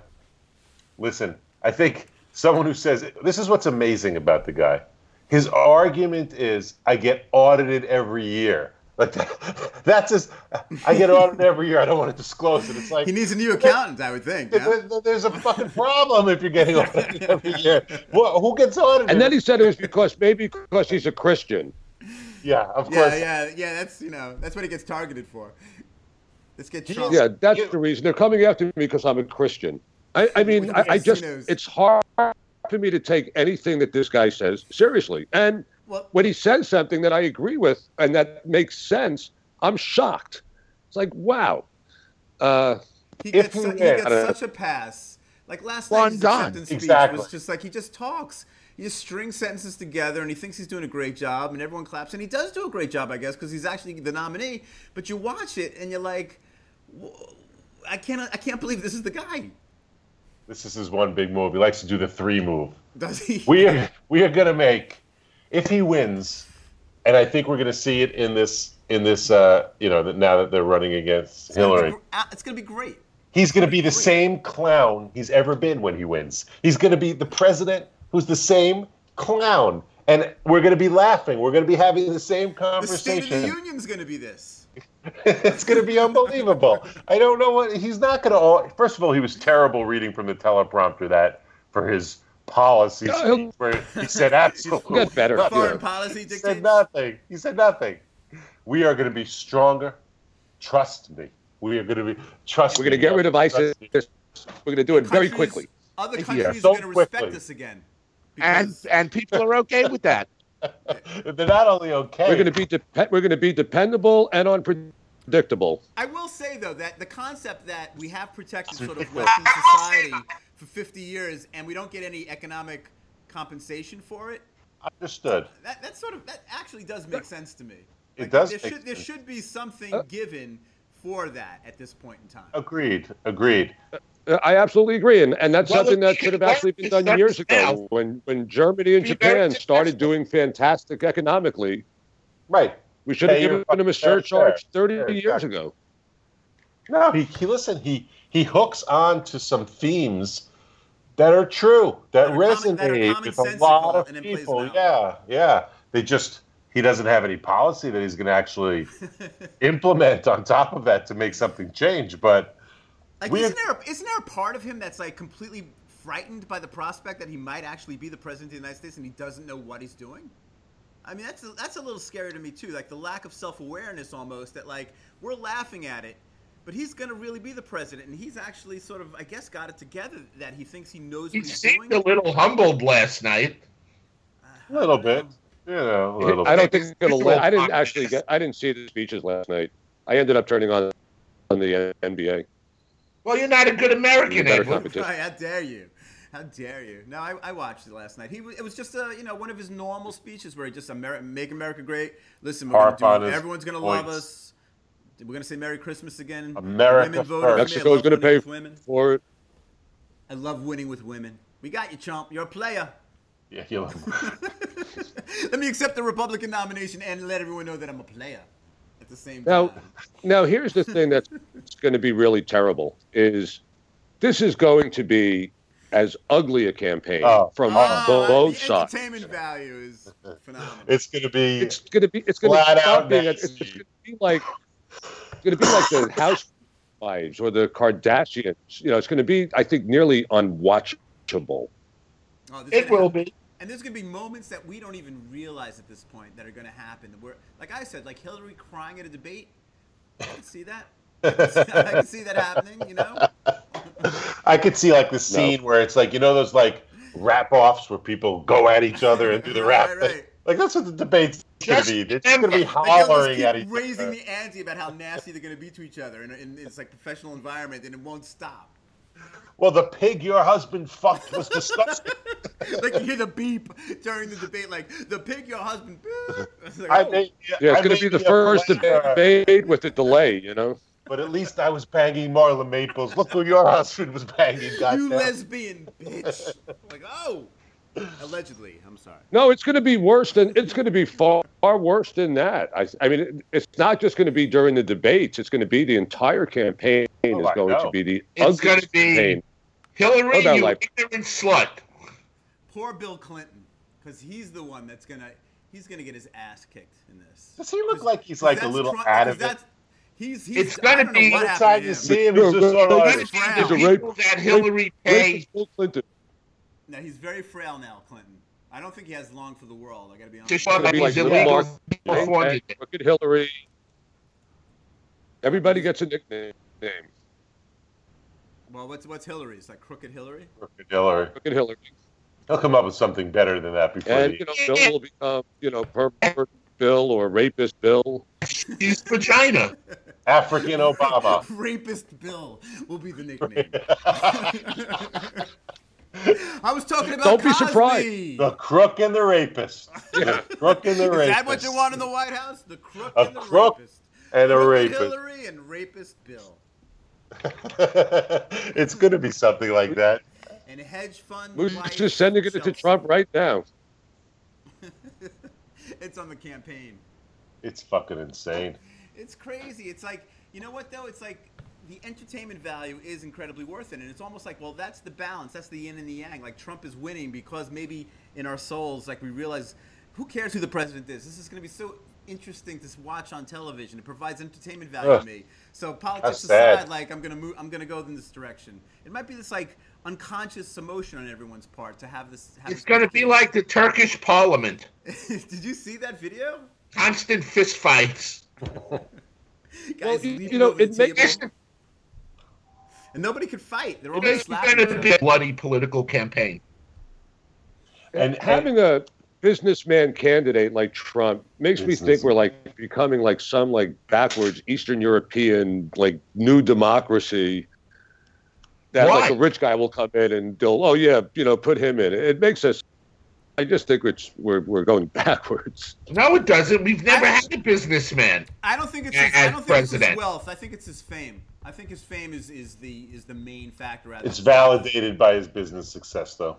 S5: listen, I think someone who says this is what's amazing about the guy. His argument is, I get audited every year. Like that's his. I get audited every year. I don't want to disclose it. It's like
S2: He needs a new accountant, I would think.
S5: there-
S2: no?
S5: there- There's a fucking problem if you're getting audited every year. Well, who gets audited?
S7: And then he said it was because maybe because he's a Christian.
S5: yeah, of
S2: Yeah,
S5: course.
S2: yeah, yeah. That's you know, that's what he gets targeted for. Let's get Trump.
S7: Yeah, that's
S5: You-
S7: the reason they're coming after me because I'm a Christian. I, I mean, I, I just
S2: Casinos.
S7: it's hard for me to take anything that this guy says seriously. And
S2: Well,
S7: when he says something that I agree with and that makes sense, I'm shocked. It's like, wow. Uh,
S2: he
S5: if
S2: gets,
S5: we
S2: su- he
S5: win,
S2: gets
S5: I don't know.
S2: such a pass. Like last
S9: Well,
S2: night's
S9: I'm done.
S2: acceptance speech
S5: Exactly.
S2: was just like he just talks. He just strings sentences together, and he thinks he's doing a great job, and everyone claps, and he does do a great job, I guess, because he's actually the nominee. But you watch it, and you're like, "Whoa, I can't, I can't believe this is the guy.
S5: This is his one big move. He likes to do the three move.
S2: Does he?
S5: We are we are gonna make if he wins, and I think we're gonna see it in this in this uh, you know that now that they're running against Hillary.
S2: It's gonna be great.
S5: He's going to be the same clown he's ever been when he wins. He's going to be the president who's the same clown. And we're going to be laughing. We're going to be having the same
S2: The State of the
S5: conversation.
S2: Union's gonna be this.
S5: it's going to be unbelievable. I don't know what he's not going to. All, first of all, he was terrible reading from the teleprompter that for his policy
S7: Yeah, he'll-
S5: speech where he said absolutely
S7: He'll get better.
S5: nothing.
S2: Foreign
S7: Yeah.
S2: policy
S5: He
S2: dictates.
S5: said nothing. He said nothing. We are going to be stronger. Trust me. We are going to be. Trust
S7: we're going to
S5: me.
S7: get rid of
S5: Trust
S7: ISIS.
S5: me.
S7: We're going to do it very
S2: Countries-
S7: quickly.
S2: Other
S5: Yeah,
S2: countries
S5: so
S2: are gonna respect
S5: quickly.
S2: us again.
S9: and
S2: Because-
S9: and people are okay with that.
S5: They're not only okay.
S7: We're going to be dep we're going to be dependable and unpredictable.
S2: I will say though that the concept that we have protected sort of Western society for 50 years and we don't get any economic compensation for it,
S5: Understood.
S2: that, that sort of that actually does make sense to me.
S5: It does
S2: There
S5: make
S2: should there
S5: sense.
S2: should be something
S7: Uh,
S2: given for that at this point in time.
S5: Agreed. Agreed.
S7: Uh, I absolutely agree, and, and that's
S6: Well,
S7: something that
S6: if-
S7: should have actually been done years ago when when Germany and
S6: You better
S7: Japan
S6: do
S7: started
S6: that.
S7: doing fantastic economically.
S5: Right.
S7: We should have
S5: Pay your
S7: given them a
S5: fair
S7: surcharge
S5: share.
S7: 30
S5: Fair
S7: years
S5: share.
S7: ago.
S5: No, he, he listen. He he hooks on to some themes that are true that,
S2: That are common- that are
S5: resonate with a
S2: commonsensical
S5: lot of
S2: and then plays
S5: people.
S2: them
S5: Yeah, yeah. They just he doesn't have any policy that he's going to actually implement on top of that to make something change. But
S2: Like
S5: We're-
S2: isn't there a, isn't there a part of him that's like completely frightened by the prospect that he might actually be the president of the United States and he doesn't know what he's doing? I mean that's a, that's a little scary to me too, like the lack of self-awareness almost that like we're laughing at it, but he's going to really be the president and he's actually sort of I guess got it together that he thinks he knows
S6: He
S2: what he's
S6: seemed
S2: doing. Uh,
S6: a little humbled last night.
S5: a little bit, you know, a little
S7: I
S5: bit.
S7: don't think it's going to.
S6: People
S7: La- I didn't
S6: are
S7: actually get.
S6: communists.
S7: I didn't see the speeches last night. I ended up turning on on the uh, NBA.
S6: Well, you're not a good American,
S7: Better
S6: Edward.
S7: competition.
S2: Right, how dare you? How dare you? No, I, I watched it last night. He wa- it was just a you know one of his normal speeches where he just Ameri- make America great. Listen, we're
S5: Harp
S2: gonna
S5: on
S2: do,
S5: his
S2: everyone's gonna love
S5: points.
S2: us. We're gonna say Merry Christmas again.
S5: America
S2: Women voted
S5: first.
S2: for me. I
S7: Mexico's
S2: love
S7: gonna
S2: winning
S7: pay-
S2: with Women.
S7: Or
S2: I love winning with women. We got you, chump. You're a player.
S5: Yeah, he'll-
S2: let me accept the Republican nomination and let everyone know that I'm a player. At the same
S7: Now,
S2: time.
S7: now here's the thing that's going to be really terrible is this is going to be as ugly a campaign
S5: Oh.
S7: from
S2: Ah,
S7: both
S2: the
S7: sides.
S2: entertainment value is phenomenal.
S5: it's going to be.
S7: It's going to be it's going
S5: Flat
S7: to stop
S5: out
S7: being it's,
S5: nasty.
S7: it's going to be like it's going to be like the housewives or the Kardashians. You know, it's going to be I think nearly
S2: Oh,
S7: unwatchable.
S2: this is
S6: It
S2: gonna
S6: will
S2: happen.
S6: be.
S2: And there's going to be moments that we don't even realize at this point that are going to happen. Where, like I said, like Hillary crying at a debate. I can see that. I can see- I can see that happening. You know.
S5: I could see like the scene where it's like you know those like rap offs where people go at each other and do the rap.
S2: Right, right.
S5: Like that's what the debates going
S6: Just
S5: to be. It's going to be
S6: remember-
S2: Like, they'll
S5: hollering
S2: just
S5: at
S2: keep
S5: each
S2: raising
S5: other.
S2: the ante about how nasty they're going to be to each other, and, and it's like professional environment, and it won't stop.
S5: Well, the pig your husband fucked was disgusting.
S2: Like you hear the beep during the debate, like the pig your husband. beep." It's like,
S5: I
S2: oh.
S5: made,
S7: Yeah, it's
S5: I
S7: going
S5: made
S7: to be the
S5: me a
S7: first
S5: player.
S7: debate with a delay. You know,
S5: But at least I was banging Marla Maples. Look who your husband was banging.
S2: you
S5: goddamn.
S2: lesbian bitch. like, oh. Allegedly, I'm sorry.
S7: No, it's going to be worse than it's going to be far, far worse than that. I, I mean, it, it's not just going to be during the debates. It's going to be the entire campaign
S5: Oh,
S7: is
S5: I
S7: going
S5: know.
S7: to be the
S6: It's gonna
S7: ugliest
S6: be-
S7: campaign.
S6: Hillary,
S7: Hold on,
S6: you
S7: like-
S6: ignorant slut.
S2: Poor Bill Clinton, because he's the one that's gonna he's gonna get his ass kicked in this.
S5: Does he look
S2: 'Cause-
S5: like he's
S2: 'cause
S5: like a
S2: that's
S5: little
S2: Trump- 'cause
S5: out of it?
S2: that's- He's, he's,
S6: It's
S2: I
S6: gonna
S2: don't know
S6: be
S2: what
S5: What
S2: happened
S5: side
S2: to
S5: you
S2: him.
S5: see him is just all
S7: Look,
S6: It's
S7: look,
S5: right.
S6: gonna
S7: look.
S6: be
S2: He's a
S6: the people that Hillary
S7: Where's
S6: paid.
S7: Bill Clinton?
S2: No, he's very frail now, Clinton. I don't think he has long for the world. I gotta be honest.
S6: Just
S7: gonna
S6: like
S7: be like
S6: these
S7: Little
S6: illegal
S7: Mark-
S6: people
S7: Hey,
S6: funded
S7: hey,
S6: it.
S7: Look at Hillary. Everybody gets a nickname. Look
S2: well, what's what's Hillary's? Like crooked Hillary?
S5: Hillary.
S7: at Hillary,
S5: He'll come up with something better than that before
S7: and
S5: the-
S7: you know Bill will become you know pervert Bill or rapist Bill.
S6: Use vagina.
S5: African Obama.
S2: Rapist Bill will be the nickname. I was talking about
S7: Don't be
S2: Cosby.
S7: surprised.
S5: The crook and the rapist.
S7: Yeah.
S5: The crook and the
S2: Is
S5: rapist.
S2: that what you want in the White House? The crook
S5: A
S2: and the
S5: crook
S2: rapist.
S5: And a
S2: Crooked
S5: rapist.
S2: Hillary and rapist Bill.
S5: it's going to be something like that.
S2: And hedge fund.
S7: We're
S2: wife
S7: just sending it to
S2: Chelsea.
S7: Trump right now.
S2: it's on the campaign.
S5: It's fucking insane.
S2: It's crazy. It's like you know what though? It's like the entertainment value is incredibly worth it, and it's almost like well, that's the balance. That's the yin and the yang. Like Trump is winning because maybe in our souls, like we realize, who cares who the president is? This is going to be so interesting to watch on television. It provides entertainment value
S5: Ugh.
S2: to me. So politics
S5: That's sad.
S2: aside, like I'm going to move. I'm going to go in this direction. It might be this like unconscious emotion on everyone's part to have this. Have this
S6: It's gonna be like the Turkish parliament.
S2: Did you see that video?
S6: Constant fistfights.
S2: Guys
S7: you- you
S2: leaping
S7: know,
S2: over the
S7: it makes-
S2: table. and nobody could fight. They're all
S6: It's
S2: just laughing. at
S6: gonna
S2: each
S6: be
S2: other.
S6: a bloody political campaign.
S5: And-
S7: And having a businessman candidate like Trump makes me think
S5: Business.
S7: we're like becoming like some like backwards Eastern European like new democracy that like
S6: Why?
S7: a rich guy will come in and they'll oh yeah you know put him in. It makes us. I just think it's we're we're going backwards.
S6: No, it doesn't. We've never
S2: I-
S6: had a businessman.
S2: I don't think it's
S6: A-
S2: his, I
S6: as
S2: don't think it's his
S6: president.
S2: wealth. I think it's his fame. I think his fame is, is the is the main factor. out of
S5: It's
S2: it.
S5: validated by his business success, though.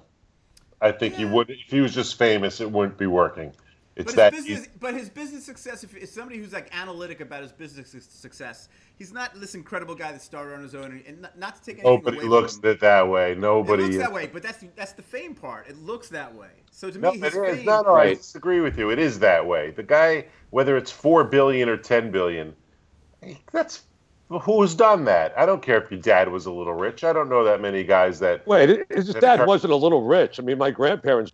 S5: I think he
S2: Yeah.
S5: would, if he was just famous, it wouldn't be working. It's
S2: But
S5: that
S2: his
S5: easy.
S2: business, but his business success. If it's somebody who's like analytic about his business su- success, he's not this incredible guy that started on his own. And, and not, not to take anything away
S5: nobody
S2: from
S5: Oh, looks
S2: him.
S5: that, that way. Nobody
S2: it looks
S5: is.
S2: that way, but that's that's the fame part. It looks that way. So to
S5: No,
S2: me,
S5: it
S2: his
S5: is.
S2: fame.
S5: No, no, I
S7: Right.
S5: disagree with you. It is that way. The guy, whether it's four billion or ten billion, that's who's done that. I don't care if your dad was a little rich. I don't know that many guys that.
S7: Wait, it- his
S5: That
S7: dad
S5: occur-
S7: wasn't a little rich. I mean, my grandparents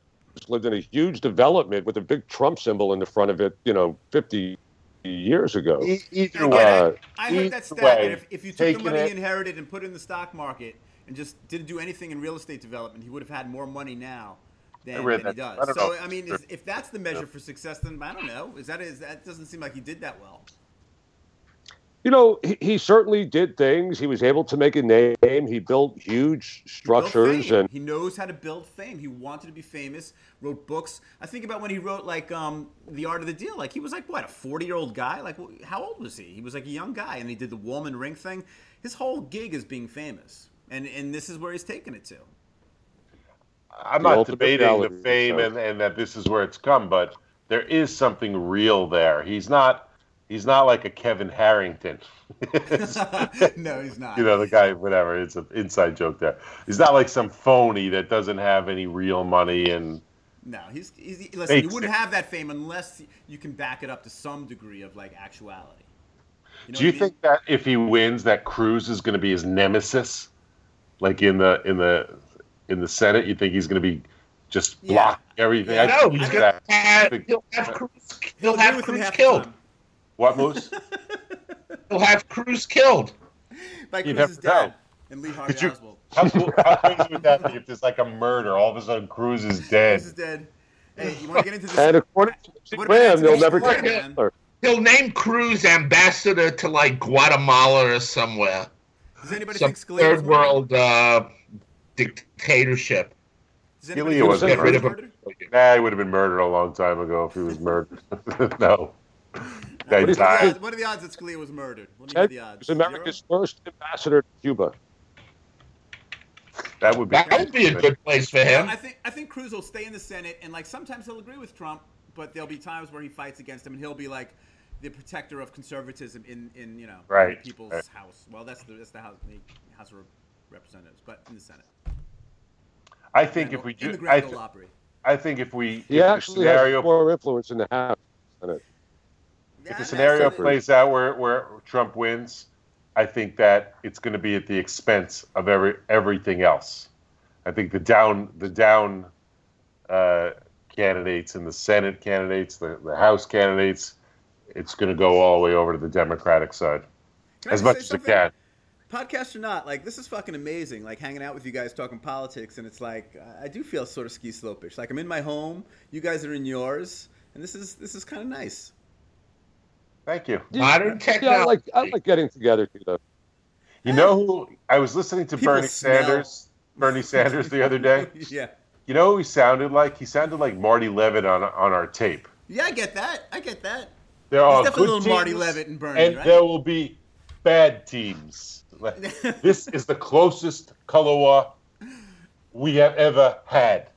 S7: lived in a huge development with a big Trump symbol in the front of it. You know, fifty years ago.
S5: E- Either
S2: Again,
S5: way,
S7: Uh,
S2: I heard that
S5: Either
S2: stat
S5: way,
S2: that if, if you took the
S5: taking
S2: money
S5: it-
S2: you inherited and put it in the stock market and just didn't do anything in real estate development, he would have had more money now
S5: I
S2: than,
S5: read
S2: than he
S5: that.
S2: does.
S5: I don't
S2: so
S5: know.
S2: I mean, is, if that's the measure for success, then I don't know. Is that is that doesn't seem like he did that well?
S7: you know, he, he certainly did things. He was able to make a name. He built huge
S2: He built
S7: structures,
S2: fame.
S7: and
S2: he knows how to build fame. He wanted to be famous. Wrote books. I think about when he wrote like um, the Art of the Deal. Like he was like what a forty-year-old guy. Like wh- how old was he? He was like a young guy, and he did the Woolman Ring thing. His whole gig is being famous, and and this is where he's taking it to.
S5: I'm
S7: The
S5: not
S7: ultimate
S5: debating
S7: reality,
S5: the fame
S7: so-
S5: and, and that this is where it's come, but there is something real there. He's not. He's not like a Kevin Harrington.
S2: no, he's not.
S5: you know the guy whatever it's an inside joke there he's not like some phony that doesn't have any real money and
S2: no, he's, he's he- listen. You
S5: Makes
S2: wouldn't have that fame unless you can back it up to some degree of like actuality. know
S5: do you
S2: what I mean?
S5: think that if he wins that cruz is going to be his nemesis like in the in the in the senate you think he's going to be just
S2: Yeah.
S5: block everything I
S6: No,
S5: think
S6: he's
S5: that-
S6: gonna have,
S5: Oh, Big-
S6: he'll have Cruz,
S2: He'll
S6: he'll
S2: agree
S6: have
S2: with him
S6: Cruz
S2: half the
S6: killed.
S2: time.
S5: what moose
S6: He'll have Cruz killed.
S2: By
S5: You
S2: Cruz's
S5: never know.
S2: dad and Lee Harvey
S5: Did you-
S2: Oswald.
S5: how, cool, how crazy would that be if there's like a murder all of a sudden cruz is dead
S2: Cruz is dead. Hey, you want to get into this?
S7: and according to
S2: What
S7: Graham,
S2: about
S7: they'll
S2: Nancy
S7: never
S2: Reagan,
S7: get
S2: man?
S7: Hitler.
S6: He'll name Cruz ambassador to like Guatemala or somewhere,
S2: Does anybody
S6: some
S2: think Scalia's
S6: third world uh, dictatorship.
S2: Does anybody
S5: Scalia
S2: think
S5: was
S2: Scalia
S6: Get rid of
S2: murdered?
S6: him.
S5: nah he would have been murdered a long time ago if he was murdered no They
S2: what, are the
S5: died.
S2: odds- what are the odds that Scalia was murdered? Let me get
S7: Ted
S2: the odds.
S7: was America's first ambassador to Cuba.
S5: That would be
S6: That would be a good place for
S2: Zero?
S6: him.
S2: No, I think I think Cruz will stay in the Senate, and like sometimes he'll agree with Trump, but there'll be times where he fights against him, and he'll be like the protector of conservatism in in you know
S5: Right,
S2: the people's
S5: right.
S2: house. Well, that's the that's the house the House of Representatives, but in the Senate.
S5: I think
S2: Grand
S5: if we
S2: ol- in the
S5: do, I,
S2: grand
S5: th-
S2: old Opry.
S5: I think if we,
S7: He
S5: if the
S7: actually has
S5: scenario,
S7: more influence in the House. than it.
S2: Yeah,
S5: if the
S2: that's
S5: scenario
S2: something-
S5: plays out where, where Trump wins, I think that it's going to be at the expense of every everything else. I think the down the down uh, candidates and the Senate candidates, the, the House candidates, it's going to go all the way over to the Democratic side
S2: Can I
S5: as
S2: just
S5: much
S2: say
S5: as it
S2: something?
S5: can.
S2: podcast or not, like this is fucking amazing. Like hanging out with you guys talking politics, and it's like I- I do feel sort of ski slopish. Like I'm in my home, you guys are in yours, and this is this is kind of nice.
S5: Thank you.
S6: Modern
S7: Yeah, I
S6: technology.
S7: like I like getting together too though.
S5: You know who I was listening to
S2: People
S5: Bernie
S2: smell.
S5: Sanders. Bernie Sanders the other day.
S2: yeah,
S5: You know who he sounded like? He sounded like Marty Levitt on on our tape.
S2: yeah, I get that. I get that.
S5: There
S2: There's
S5: are
S2: definitely a
S5: good
S2: little Marty
S5: teams,
S2: Levitt and Bernie,
S5: and
S2: right?
S5: there will be bad teams. this is the closest color war we have ever had.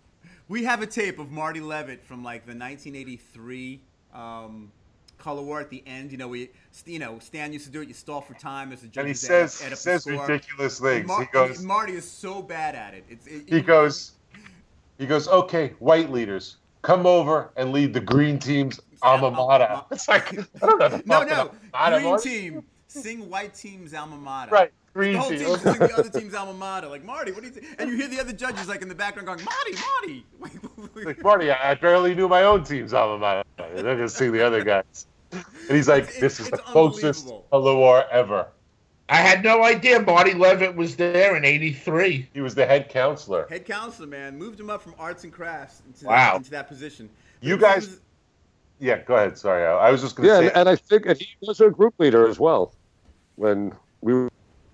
S2: We have a tape of Marty Levitt from like the 1983 um, Color War at the end. You know, we, you know, Stan used to do it. You stall for time as the judge
S5: And he says he says ridiculous things.
S2: Mar-
S5: he goes
S2: Marty is so bad at it. It's it,
S5: he goes he goes, okay, white leaders, come over and lead the green team's alma mater. It's like I don't know. the
S2: No,
S5: fucking
S2: no.
S5: alma mater,
S2: Green
S5: Marty.
S2: team sing white team's alma mater.
S5: Right.
S2: The
S5: Green
S2: whole
S5: team.
S2: team sing the other team's alma mater. Like Marty, what do you think? And you hear the other judges like in the background going, Marty, Marty.
S5: like, Marty, I I barely knew my own team's alma mater. They're going to see the other guys. And he's like,
S2: It's-
S5: this is
S2: it's-
S5: the
S2: it's
S5: closest
S2: unbelievable.
S5: Hello War ever.
S6: I had no idea Marty Levitt was there in '83.
S5: He was the head counselor.
S2: Head counselor, man, moved him up from arts and crafts into,
S6: Wow.
S2: into that position.
S5: You
S2: But it
S5: guys-
S2: was-
S5: Yeah, go ahead. Sorry, Al. I was just going to
S7: Yeah,
S5: say.
S7: and, and I think and he was a group leader as well when we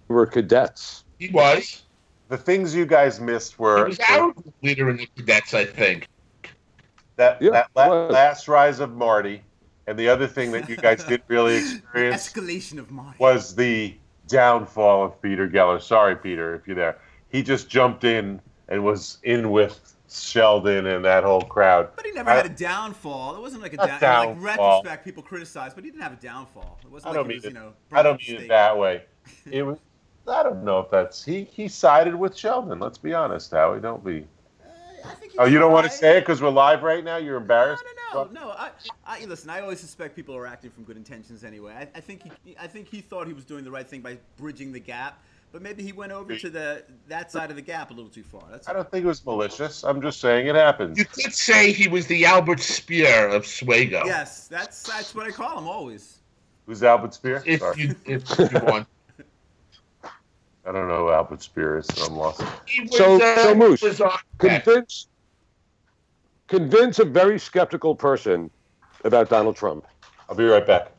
S7: were cadets.
S6: He was.
S5: the things you guys missed
S6: He
S5: were
S6: was our leader in the cadets, I think.
S5: that,
S7: Yeah,
S5: that
S7: he
S5: la-
S7: was.
S5: last rise of Marty, and the other thing that you guys didn't really experience
S2: escalation of Marty.
S5: was the downfall of Peter Geller. Sorry, Peter, if you're there. He just jumped in and was in with Sheldon and that whole crowd.
S2: But he never
S5: I-
S2: had a downfall. It wasn't like a
S5: Not
S2: down, Like
S5: downfall.
S2: retrospect, people criticized, but he didn't have a downfall. It wasn't
S5: I
S2: like
S5: don't
S2: he
S5: mean
S2: was,
S5: it-
S2: you know.
S5: I
S2: broke
S5: don't
S2: a
S5: mean it
S2: mistake.
S5: that way. It was. I don't know if that's he. He sided with Sheldon. Let's be honest, Howie. Don't be.
S2: Uh, I think he
S5: Oh, you don't want to
S2: tried.
S5: say it because we're live right now. You're embarrassed.
S2: No, no, no, no. I, I, listen, I always suspect people are acting from good intentions anyway. I, I think he, I think he thought he was doing the right thing by bridging the gap, but maybe he went over to the that side of the gap a little too far. That's
S5: I don't think it was malicious. I'm just saying it happens.
S6: You could say he was the Albert Speer of Swago.
S2: Yes, that's that's what I call him always.
S5: Who's Albert Spear?
S6: If
S5: Sorry.
S6: you if you want.
S5: I don't know who Albert Spear is. I'm lost.
S6: He was, uh,
S7: So- so Moose,
S6: was on that.
S7: Convince convince a very skeptical person about Donald Trump.
S5: I'll be right back.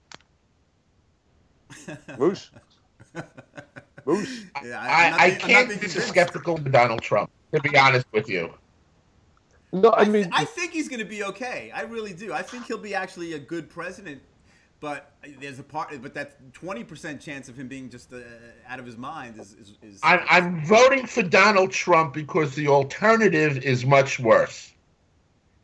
S7: Moose? Moose?
S2: Yeah,
S6: I,
S2: I'm not being- I'm not
S6: I can't
S2: being
S6: be
S2: convinced.
S6: skeptical of Donald Trump, to be honest with you.
S7: No, I
S2: I
S7: mean
S2: I think he's going to be okay. I really do. I think he'll be actually a good president, but there's a part, but that twenty percent chance of him being just uh, out of his mind is is. is
S6: I'm, I'm voting for Donald Trump because the alternative is much worse.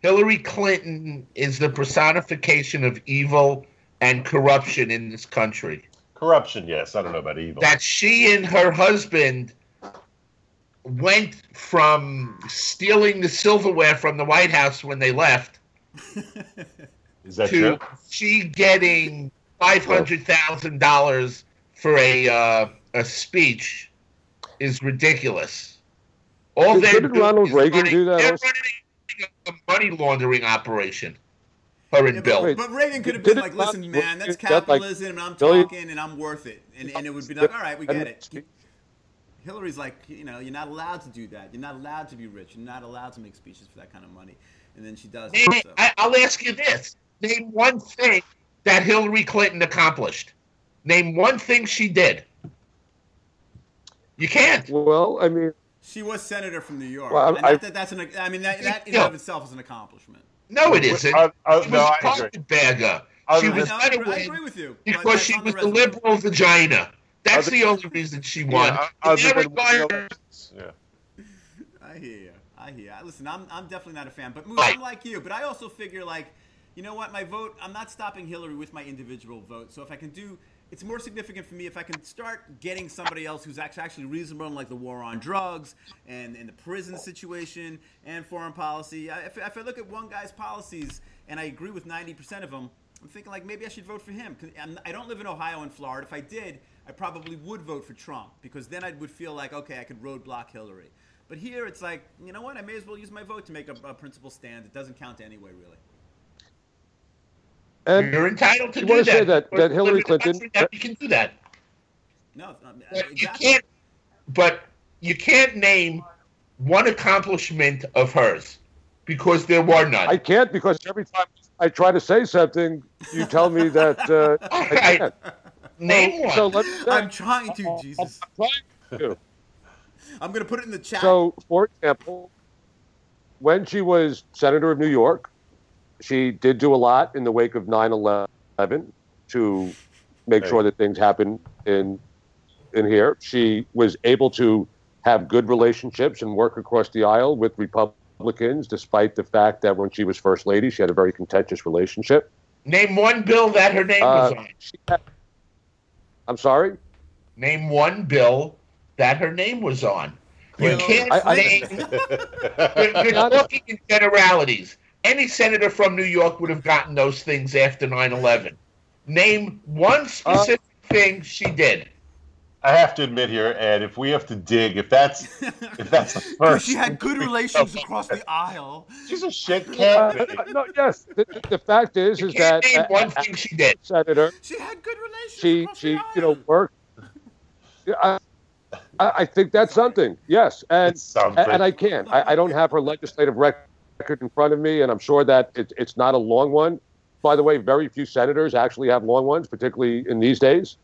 S6: Hillary Clinton is the personification of evil and corruption in this country.
S5: Corruption, yes. I don't know about evil.
S6: That she and her husband went from stealing the silverware from the White House when they left
S5: Is that
S6: to
S5: true?
S6: she getting five hundred thousand dollars for a uh, a speech is ridiculous. All
S7: Did-
S6: they're
S7: didn't
S6: doing
S7: Ronald
S6: is
S7: Reagan
S6: running-
S7: do that
S6: They're
S7: also?
S6: running a money laundering operation. Her and
S2: Yeah,
S6: Bill.
S2: But,
S7: Wait,
S2: but Reagan could have
S7: did
S2: been
S7: it
S2: like,
S7: not-
S2: "Listen, man, that's
S7: was it that, like,
S2: capitalism, and I'm
S7: billion-
S2: talking, and I'm worth it," and, and it would be like, "All right, we get it." Hillary's like, you know, you're not allowed to do that. You're not allowed to be rich. You're not allowed to make speeches for that kind of money. And then she does.
S6: Name-
S2: it, so.
S6: I, I'll ask you this: Name one thing that Hillary Clinton accomplished. Name one thing she did. You can't.
S7: Well, I mean
S2: She was senator from New York.
S7: Well, I-
S2: and
S7: I-
S2: that, that, that's an. I mean, that, that in
S6: Yeah.
S2: and of itself is an accomplishment.
S6: No, it isn't.
S5: Uh, uh,
S6: She
S5: no,
S6: was
S5: I
S6: a
S5: agree.
S6: carpet bagger
S5: Other
S6: She
S5: than-
S6: was-
S2: No, I, agree, I agree with you. but
S6: because
S2: that's
S6: she
S2: on
S6: was the
S2: resume.
S6: liberal vagina. That's
S5: Other-
S6: the only reason she won.
S5: yeah,
S6: In
S5: other
S6: that
S5: than
S6: regard,
S5: yeah.
S2: I hear you. I hear you. I- Listen, I'm, I'm definitely not a fan, but Moose,
S6: Right.
S2: I'm like you. But I also figure, like, you know what? My vote, I'm not stopping Hillary with my individual vote. So if I can do, it's more significant for me if I can start getting somebody else who's act- actually reasonable on, like, the war on drugs and, and the prison situation and foreign policy. I, if, if I look at one guy's policies and I agree with 90% of them, I'm thinking, like, maybe I should vote for him. 'Cause I'm- I don't live in Ohio and Florida. If I did, I probably would vote for Trump because then I would feel like, okay, I could roadblock Hillary. But here it's like, you know what? I may as well use my vote to make a, a principal stand. It doesn't count anyway, really.
S7: And
S6: You're entitled to
S7: You
S6: do
S7: wanna
S6: that.
S7: say that-
S6: We're
S7: that Hillary
S6: living in a
S7: Clinton-
S6: country that we can do that.
S2: No, it's not,
S6: But you
S2: exactly.
S6: can't. But you can't name one accomplishment of hers because there were none.
S7: I can't because every time I try to say something, you tell me that uh,
S6: All
S7: I can't.
S6: right, name one.
S7: So let's.
S2: I'm trying to, Jesus.
S7: trying to.
S2: I'm going to put it in the chat.
S7: So, for example, when she was senator of New York, she did do a lot in the wake of 9/11 to make
S5: Right.
S7: sure that things happen in in here. She was able to have good relationships and work across the aisle with Republicans, despite the fact that when she was first lady, she had a very contentious relationship.
S6: name one bill that her name was
S7: Uh,
S6: on.
S7: she had- I'm sorry.
S6: Name one bill that her name was on. You
S2: Clinton.
S6: can't
S7: I- I-
S6: name. you're you're talking in generalities. Any senator from New York would have gotten those things after 9/11. Name one
S7: Uh,
S6: specific thing she did.
S5: I have to admit here, Ed, if we have to dig, if that's if that's the
S2: Because
S5: first,
S2: she had good relations across the aisle.
S5: she's a shit
S7: Uh,
S5: cat. baby.
S7: no, yes. The, the fact is,
S6: You
S7: is
S6: can't
S7: that uh,
S6: name
S7: a-
S6: one
S7: a-
S6: thing she did.
S7: senator
S2: She had good relations
S7: uh, she
S2: across
S7: she
S2: the aisle.
S7: you know worked. Yeah, I, I I think that's something. Yes, and
S5: It's something.
S7: and I can't. I, I don't have her legislative rec- record in front of me, and I'm sure that it, it's not a long one. By the way, very few senators actually have long ones, particularly in these days.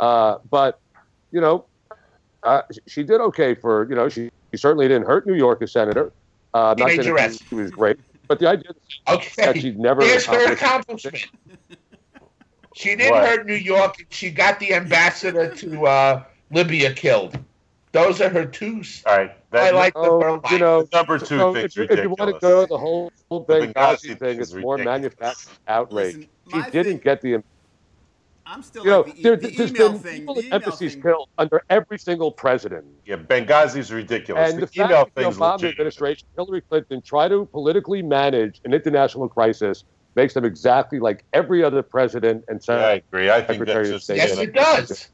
S7: Uh, but you know, uh, she- she did okay for you know she, she certainly didn't hurt New York as senator. Uh, not
S6: Made
S7: saying
S6: your
S7: that
S6: ass.
S7: she was great, but the idea that
S6: Okay,
S7: she never
S6: there's her
S7: accomplished-
S6: accomplishment. She didn't
S5: What?
S6: hurt New York. and She got the ambassador to uh, Libya killed. Those are her two s-
S5: All right, that,
S6: highlights of her
S7: Oh,
S6: life.
S7: you know,
S5: number two
S7: So
S5: thing's
S7: if, you- if you want to
S5: ridiculous.
S7: go the whole, whole
S5: The
S7: Benghazi
S5: Benghazi
S7: thing,
S5: thing
S7: it's
S5: is
S7: more
S5: ridiculous.
S7: manufactured outrage.
S2: Listen,
S7: she
S2: my
S7: didn't
S2: thing-
S7: get the,
S2: I'm still
S7: you know,
S2: like the, e-
S7: there,
S2: the
S7: has
S2: email
S7: been
S2: thing.
S7: people
S2: The
S7: at
S2: email
S7: embassies
S2: thing.
S7: killed under every single president.
S5: yeah, Benghazi's ridiculous.
S7: And
S5: the
S7: the fact
S5: email
S7: that the
S5: thing's
S7: Obama
S5: legitimate.
S7: administration, Hillary Clinton, try to politically manage an international crisis makes them exactly like every other president and
S5: Yeah, I
S7: senator.
S5: agree. I think that's
S7: Secretary of
S5: just
S7: State.
S6: yes, it does.
S5: It's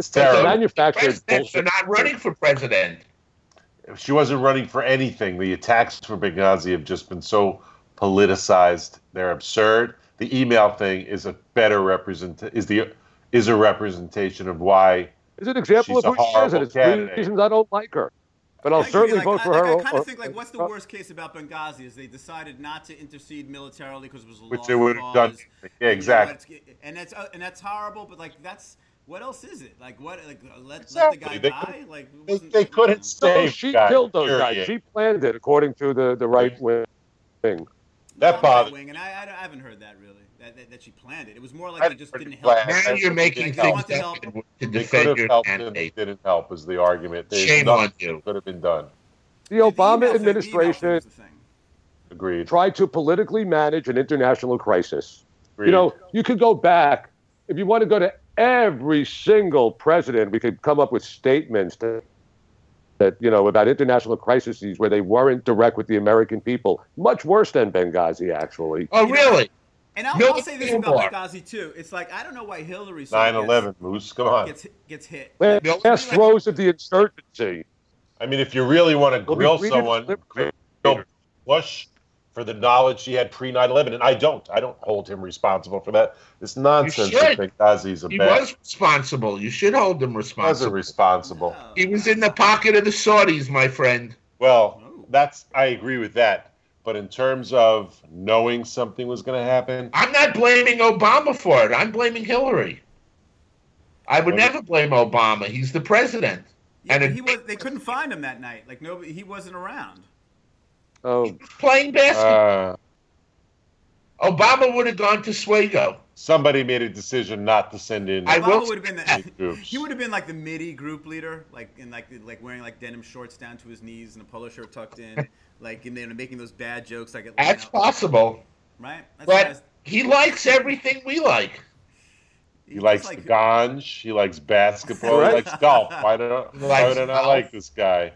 S7: It's a
S5: terrible.
S7: manufactured
S6: Presidents are
S7: bullshit.
S6: not running for president.
S5: If she wasn't running for anything, the attacks for Benghazi have just been so politicized. They're absurd. The email thing is a better represent is the is a representation of why
S7: It's an example
S5: She's
S7: of
S5: a
S7: who she is, and
S5: horrible
S7: it's
S5: candidate.
S7: reasons I don't like her. But
S2: I
S7: I'll
S2: agree,
S7: certainly
S2: like,
S7: vote
S2: I-
S7: for
S2: like,
S7: her.
S2: I kind
S7: or-
S2: of think like, what's the
S7: or-
S2: worst case about Benghazi is they decided not to intercede militarily because it was a
S5: which
S2: lost
S5: they would have done.
S2: cause.
S5: Yeah,
S2: You know,
S5: exactly.
S2: it's- and that's uh, and that's horrible. But like, that's what else is it? Like, what? Like, let,
S5: Exactly.
S2: let the
S5: They
S2: guy die?
S5: couldn't-
S2: Like, it
S5: They,
S2: wasn't-
S5: they couldn't
S7: No,
S5: save.
S7: Oh, she
S5: guys,
S7: killed those
S5: period.
S7: guys. She planned it, according to the, the right wing. Well,
S5: That
S2: Not
S5: bothered-
S2: wing, and I, I, don't- I haven't heard that really. That, that, that she planned it. It was more like
S5: I
S2: they just
S5: didn't
S2: didn't
S5: heard
S2: help.
S5: that.
S6: Now
S5: That's
S6: you're
S5: what they
S6: making
S5: don't
S6: things
S2: want to help.
S6: happen to
S5: They could
S6: defend
S5: have
S6: your
S5: helped and they
S6: candidate.
S5: didn't help is the argument. There's
S6: Shame
S5: nothing
S6: on you.
S5: Could have been done.
S7: the
S2: The email thing-
S7: Obama
S2: the email thing was
S7: administration
S2: the thing.
S5: Agreed.
S7: tried to politically manage an international crisis.
S5: Agreed.
S7: You know, you could go back if you want to go to every single president. We could come up with statements to, that you know about international crises where they weren't direct with the American people. Much worse than Benghazi, actually.
S6: Oh,
S2: You know,
S6: really?
S2: And I'll,
S6: No,
S2: I'll say this
S6: you
S2: about
S6: are.
S2: Benghazi too. It's like I don't know why Hillary. sort of
S5: 9 11, Moose. Come on.
S2: Gets, gets gets hit.
S6: No,
S7: Last throes of the insurgency.
S5: I mean, if you really want to
S7: We'll be
S5: grill
S7: greeted
S5: someone,
S7: with liberty.
S5: grill Bush for the knowledge he had pre 9 11. And I don't. I don't hold him responsible for that. It's nonsense
S6: You
S5: that
S6: should.
S5: Benghazi's a
S6: He
S5: bad.
S6: was responsible. You should hold him
S5: wasn't
S6: responsible.
S5: responsible.
S2: No.
S6: He was in the pocket of the Saudis, my friend.
S5: Well,
S7: Oh.
S2: No.
S5: that's. I agree with that. But in terms of knowing something was going to happen,
S6: I'm not blaming Obama for it. I'm blaming Hillary. I would
S5: Well,
S6: never blame Obama. He's the president.
S2: Yeah,
S6: And
S2: but
S6: it-
S2: he was. They couldn't find him that night. Like nobody. He wasn't around.
S7: Oh,
S6: Playing basketball.
S5: Uh,
S6: Obama would have gone to Swago.
S5: somebody made a decision not to send in.
S6: I will-
S2: Obama would have been
S5: Eight
S2: the,
S5: groups.
S2: he would have been like the MIDI group leader, like in like like wearing like denim shorts down to his knees and a polo shirt tucked in, like and then making those bad jokes like at
S6: That's
S2: lineup,
S6: possible.
S2: right. That's
S6: but-
S2: nice.
S6: He likes everything we like.
S5: he likes
S2: like,
S5: the ganj. He likes basketball.
S2: Right.
S5: He likes golf. Why don't
S6: He
S5: why
S6: likes
S5: would I not
S6: golf.
S5: like this guy?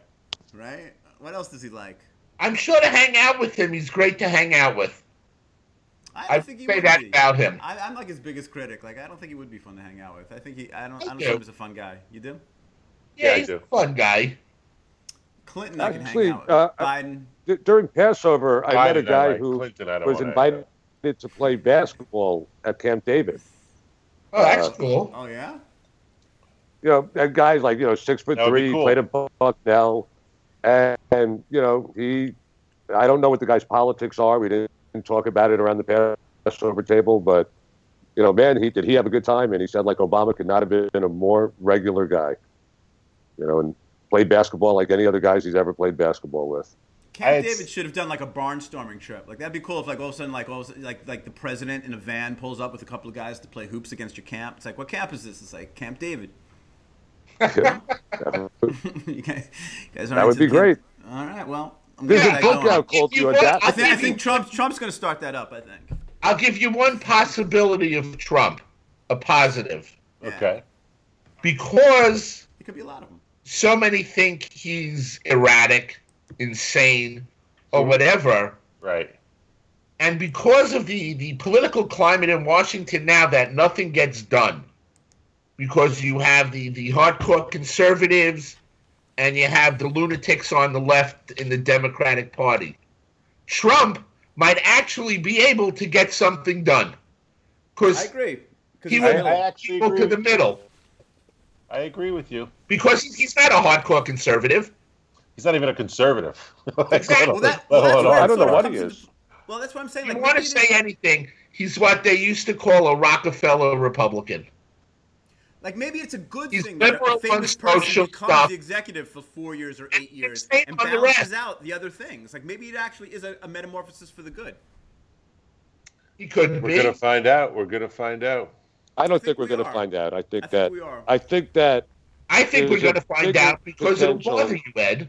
S2: right. What else does he like?
S6: I'm sure to hang out with him. He's great to hang out with.
S2: I,
S6: I
S2: think he
S6: say
S2: would
S6: that
S2: be.
S6: about him.
S2: I, I'm like his biggest critic. Like I don't think he would be fun to hang out with. I think he. I don't. I don't
S6: do.
S2: think he's a fun guy. You do?
S6: Yeah,
S5: Yeah, I
S6: he's
S5: do.
S6: a fun guy.
S2: Clinton, I can
S7: Actually,
S2: hang out with.
S7: uh,
S2: Biden.
S7: D- during Passover, I met a
S5: Biden
S7: guy
S5: like.
S7: who
S5: Clinton, I don't
S7: was
S5: wanna-
S7: invited to play basketball at Camp David.
S6: Oh, that's
S7: Uh,
S6: cool.
S2: Oh yeah.
S7: You know, that guy's like you know six foot
S5: That would be
S7: three,
S5: cool.
S7: played at Bucknell, and, and you know he. I don't know what the guy's politics are. We didn't talk about it around the Passover table, but you know, man, he did he have a good time, and he said like Obama could not have been a more regular guy. You know, and played basketball like any other guys he's ever played basketball with.
S5: I-
S2: Camp
S5: it's-
S2: David should have done like a barnstorming trip. Like that'd be cool if like all of a sudden like all of a sudden, like like the president in a van pulls up with a couple of guys to play hoops against your camp. It's like what camp is this? It's like Camp David.
S7: You know? that would-
S2: you guys, you guys
S7: that would be great.
S2: All right. Well, I'm
S7: There's
S2: glad
S7: a
S2: I
S7: book
S2: know.
S7: out called
S6: If
S7: "You
S6: you want-
S7: Adapt."
S2: I think, I think Trump Trump's going to start that up. I think.
S6: I'll give you one possibility of Trump, a positive,
S2: Yeah.
S5: Okay.
S6: because
S2: It could be a lot of them.
S6: so many think he's erratic, insane, or whatever.
S5: Right.
S6: And because of the, the political climate in Washington now, that nothing gets done. Because you have the, the hardcore conservatives and you have the lunatics on the left in the Democratic Party. Trump might actually be able to get something done.
S2: I
S6: Because
S2: agree. 'Cause
S6: He
S2: it's
S5: I,
S6: would-
S2: available.
S5: I actually
S6: people
S5: agree
S6: to the
S5: with-
S6: middle.
S5: I agree with you.
S6: Because he's not a hardcore conservative.
S5: He's not even a conservative. Like,
S6: Exactly.
S5: let
S2: well, that, well, that's where
S5: alone- let alone
S2: it
S7: I don't
S2: sort
S7: know
S2: of
S7: what
S2: comes
S7: he
S2: into-
S7: is.
S2: Well, that's what I'm saying.
S6: If
S2: Like,
S6: you want to
S2: maybe it
S6: say
S2: is-
S6: anything, he's what they used to call a Rockefeller Republican.
S2: Like maybe it's a good
S6: He's
S2: thing that a
S6: liberal
S2: famous
S6: on
S2: person
S6: social
S2: becomes
S6: stuff.
S2: the executive for four years or eight years
S6: insane
S2: and
S6: on the
S2: balances
S6: rest.
S2: out the other things. Like maybe it actually is a, a metamorphosis for the good.
S6: He couldn't
S5: We're
S6: be.
S5: gonna find out. We're gonna find out.
S7: I
S2: I
S7: don't
S2: think
S7: think, we're
S2: we
S7: going to
S2: are.
S7: find out. I think
S2: I
S7: that
S2: think we are.
S7: I think that
S6: I think we're
S7: There's a
S6: going to find
S7: bigger
S6: out because it'll
S7: potential.
S6: bother you, Ed.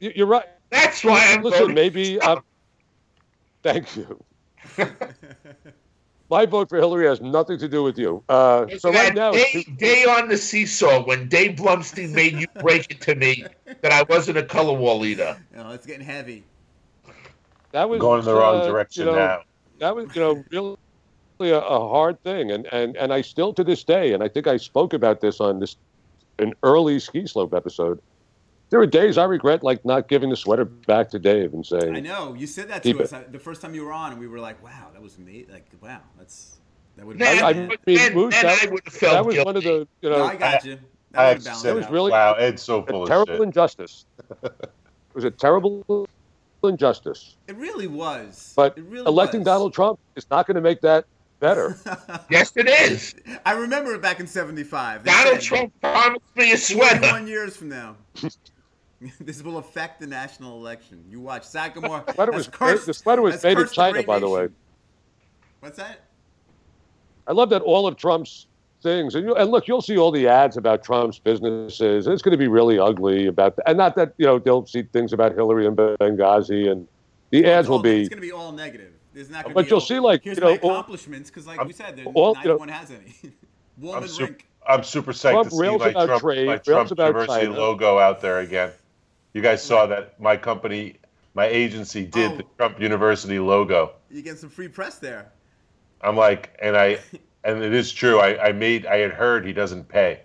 S7: you- you're right.
S6: That's why I'm
S7: Listen,
S6: voting.
S7: maybe. i thank you. My vote for Hillary has nothing to do with you. Uh, so
S6: That
S7: right now, it's
S6: day,
S7: two-
S6: day on the seesaw when Dave Blumstein made you break it to me that I wasn't a color war leader.
S2: You know, it's getting heavy.
S7: that was
S5: We're going in the wrong
S7: uh,
S5: direction
S7: you know,
S5: now.
S7: That was, you know, really a, a hard thing, and, and and I still to this day, and I think I spoke about this on this an early ski slope episode. There are days I regret like not giving the sweater back to Dave and saying,
S2: I know you said that
S7: Keep
S2: to
S7: it.
S2: us uh, the first time you were on, and we were like, "Wow, that was amazing! Like, wow, that's that would."
S6: Then,
S7: I- I
S6: then,
S7: mean, Moose,
S6: then
S7: that-
S6: I would have felt
S7: that was
S6: guilty.
S7: one of the you know
S2: no, I got you. That would
S5: I have to
S2: balance
S5: say,
S7: It was
S2: out.
S7: really-
S5: wow, Ed's so
S7: a
S5: full of
S7: terrible
S5: shit.
S7: injustice. It was a terrible injustice.
S2: It really was.
S7: But
S2: It really
S7: Electing
S2: was.
S7: Donald Trump is not going to make that better.
S6: Yes, it is.
S2: I remember back in '75.
S6: Donald Trump promised me a sweater.
S2: Forty-one years from now. This will affect the national election. You watch Sagamore.
S7: Sweater
S2: has
S7: was made-
S2: cursed,
S7: the sweater was
S2: has
S7: made in
S2: cursed the
S7: China,
S2: great
S7: by the
S2: nation.
S7: way.
S2: What's that?
S7: I love that all of Trump's things, and, you, and look, you'll see all the ads about Trump's businesses. It's going to be really ugly about, and not that you know they'll see things about Hillary and Benghazi, and the ads will
S2: All-
S7: be
S2: Oh, It's going to be all negative. There's not going to
S7: But
S2: be
S7: you'll
S2: all-
S7: see, like,
S2: here's
S7: you know,
S2: my
S7: all-
S2: accomplishments because, like we said, there,
S7: all-
S2: not
S7: you know-
S2: one has any. Woman
S5: I'm super,
S2: rink.
S5: I'm super psyched
S7: Trump
S5: to see
S7: rails
S5: my
S7: about
S5: Trump,
S7: trade,
S5: my
S7: rails
S5: Trump
S7: about
S5: University
S7: China.
S5: logo out there again. You guys saw that my company, my agency did
S2: Oh.
S5: the Trump University logo.
S2: You get some free press there.
S5: I'm like, and I, and it is true. I, I made, I had heard he doesn't pay,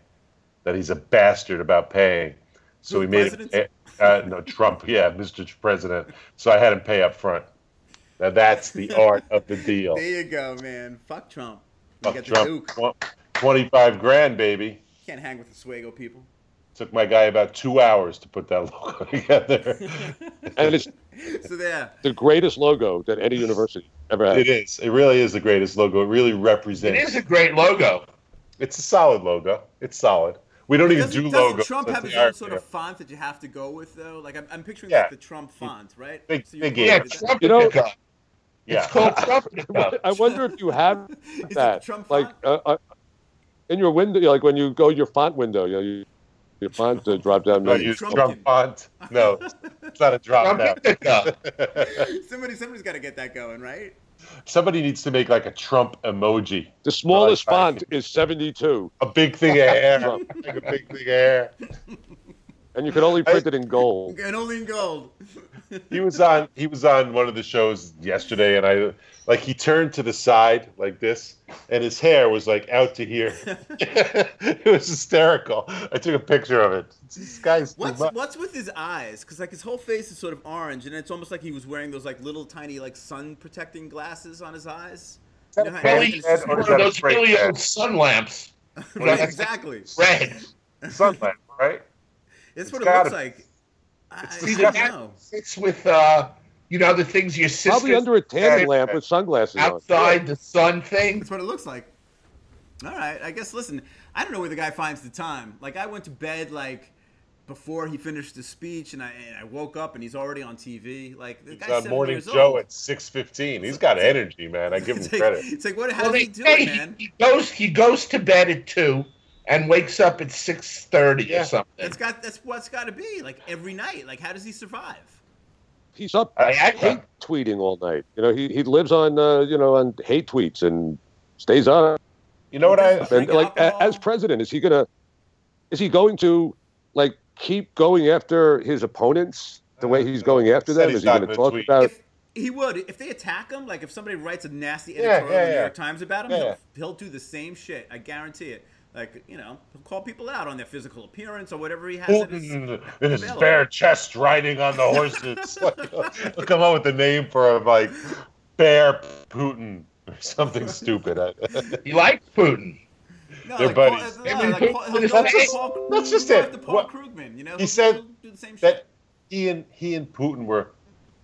S5: that he's a bastard about paying. So
S2: Who,
S5: we made him,
S2: presidents?
S5: uh, no Trump, yeah, Mr. President. So I had him pay up front. Now that's the art of the deal.
S2: There you go, man. Fuck Trump. You
S5: Fuck
S2: got the
S5: Trump,
S2: Duke.
S5: Tw- twenty-five grand, baby.
S2: Can't hang with the Swago people.
S5: Took my guy about two hours to put that logo together.
S7: and it's
S2: So there.
S7: the greatest logo that any university ever had.
S5: It is. It really is the greatest logo. It really
S6: It
S5: represents.
S6: is a great logo.
S5: It's a solid logo. It's solid. We don't even
S2: Doesn't,
S5: do
S2: doesn't
S5: logos.
S2: Trump
S5: That's
S2: have his
S5: the
S2: own
S5: art
S2: sort
S5: there.
S2: of font that you have to go with, though? Like, I'm, I'm picturing
S5: Yeah.
S2: like the Trump font, right?
S5: Big-
S2: So you're
S5: big
S2: going
S5: Yeah,
S6: Yeah,
S2: with-
S6: Trump
S7: You know-
S6: Cup.
S5: Yeah.
S6: It's called Trump Cup.
S7: I wonder if you have
S2: Is it
S7: that.
S2: Trump
S7: like
S2: font?
S7: uh, uh, in your window, like when you go to your font window, you know, you, your font uh, drop down
S5: No,
S2: Right.
S7: menu.
S5: you
S2: Trump-
S5: Trump font. No, it's not a drop down.
S6: Trump Cup.
S2: Somebody, somebody's got to get that going, right?
S5: Somebody needs to make like a Trump emoji.
S7: The smallest
S5: Oh,
S7: font is 72,
S5: A big thing of hair.
S7: Trump.
S5: Like a big thing of hair.
S7: and you can only print it in gold.
S2: And only in gold.
S5: He was on he was on one of the shows yesterday and I like he turned to the side like this and his hair was like out to here. it was hysterical. I took a picture of it. This guy's too
S2: What's
S5: much.
S2: what's with his eyes? Because like his whole face is sort of orange, and it's almost like he was wearing those like little tiny like sun protecting glasses on his eyes. You know how-
S6: Well, he's
S2: it's just-
S5: red or
S6: one of
S5: is that a
S6: those
S5: great
S6: really
S5: band?
S6: old sun lamps.
S2: Right, exactly.
S6: Red.
S5: sunlight, right?
S2: That's
S5: It's
S2: what it looks
S5: gotta be.
S2: like. I, I
S6: See,
S2: don't
S6: that-
S2: know.
S6: It's with, uh, you know, the things your sister
S7: Probably under a tanning
S5: Yeah.
S7: lamp with sunglasses on.
S6: outside the sun thing.
S2: That's what it looks like. All right, I guess. Listen, I don't know where the guy finds the time. Like, I went to bed like before he finished his speech, and I and I woke up and he's already on TV. Like, the
S5: He's
S2: guy's
S5: on
S2: seven
S5: Morning
S2: years
S5: Joe
S2: old.
S5: at six fifteen. He's got energy, man. I give him
S2: it's like,
S5: credit.
S2: It's like, what? How
S6: Well,
S2: does
S6: they
S2: he do
S6: say
S2: it, man?
S6: He goes, he goes to bed at two and wakes up at six thirty
S5: Yeah.
S6: or something.
S2: That's got that's what's got to be like every night. Like, how does he survive?
S7: He's up
S5: I- I-
S7: hate tweeting all night. You know, he, he lives on, uh, you know, on hate tweets and stays on
S5: You know what I
S7: And
S2: Drink
S7: like a-
S2: alcohol.
S7: as president, is he gonna is he going to like keep going after his opponents the way he's going after
S5: Uh, Said
S7: them?
S5: he's
S7: Is he
S5: not
S7: gonna
S5: gonna
S7: talk
S5: tweet.
S7: about
S2: If he would, if they attack him, like if somebody writes a nasty
S5: Yeah,
S2: editorial in
S5: yeah,
S2: the New
S5: yeah.
S2: York Times about him,
S5: Yeah,
S2: he'll,
S5: yeah.
S2: he'll do the same shit. I guarantee it. Like, you know, he'll call people out on their physical appearance or whatever he has. in his-
S5: Putin in his
S2: Available.
S5: bare chest riding on the horses. He'll come up with the name for him, like Bear Putin or something stupid.
S6: He likes Putin.
S2: No,
S5: They're
S2: like Paul-
S5: buddies.
S2: no,
S6: They mean
S2: like
S6: Putin
S2: Paul-
S6: is
S2: he'll go
S6: that's
S2: after
S6: just-
S2: Paul-
S5: that's
S2: he'll
S5: just
S2: go
S5: it.
S2: after Paul
S5: What-
S2: Krugman, you know,
S5: He
S2: He'll-
S5: said
S2: he'll do the same
S5: that
S2: shit.
S5: he and he and Putin were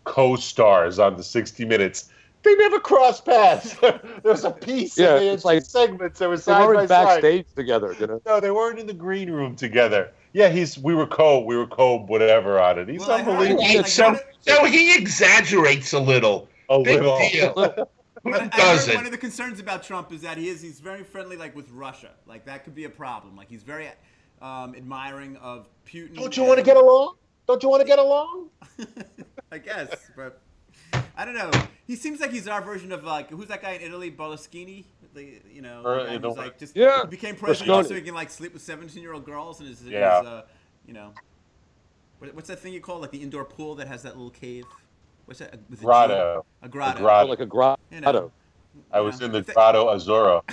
S5: co-stars on the 60 Minutes. They never crossed paths. there was a piece.
S7: Yeah,
S5: and they had
S7: it's like-
S5: two segments. They were
S7: they
S5: side by
S7: weren't
S5: side.
S7: backstage together, you know?
S5: No, they weren't in the green room together. Yeah, he's we were co, we were co, whatever on it. He's
S2: Well, I heard-
S5: unbelievable.
S2: like,
S6: so,
S2: one of-
S6: so he exaggerates a little.
S5: A
S6: Big
S5: little.
S6: deal.
S2: I- I
S6: Putin
S2: heard One
S6: doesn't.
S2: of the concerns about Trump is that he is he's very friendly, like with Russia. Like that could be a problem. Like he's very um, admiring of Putin.
S5: Don't you
S2: and-
S5: want to get along? Don't you want to get along?
S2: I guess, but I don't know. He seems like he's our version of like who's that guy in Italy, Boloschini? The, you know, the
S5: Or,
S2: guy
S5: Uh, you
S2: who's
S5: know,
S2: like just
S7: Yeah,
S2: he became president just so
S7: Berlusconi.
S2: he can like sleep with seventeen-year-old girls and his, his,
S5: Yeah.
S2: uh, you know, what, what's that thing you call like the indoor pool that has that little cave? What's that? with the
S5: Grotto.
S2: gym? A grotto.
S5: grotto.
S7: Like a grotto.
S2: You know.
S5: I was in the
S2: Th-
S5: Grotto Azzurro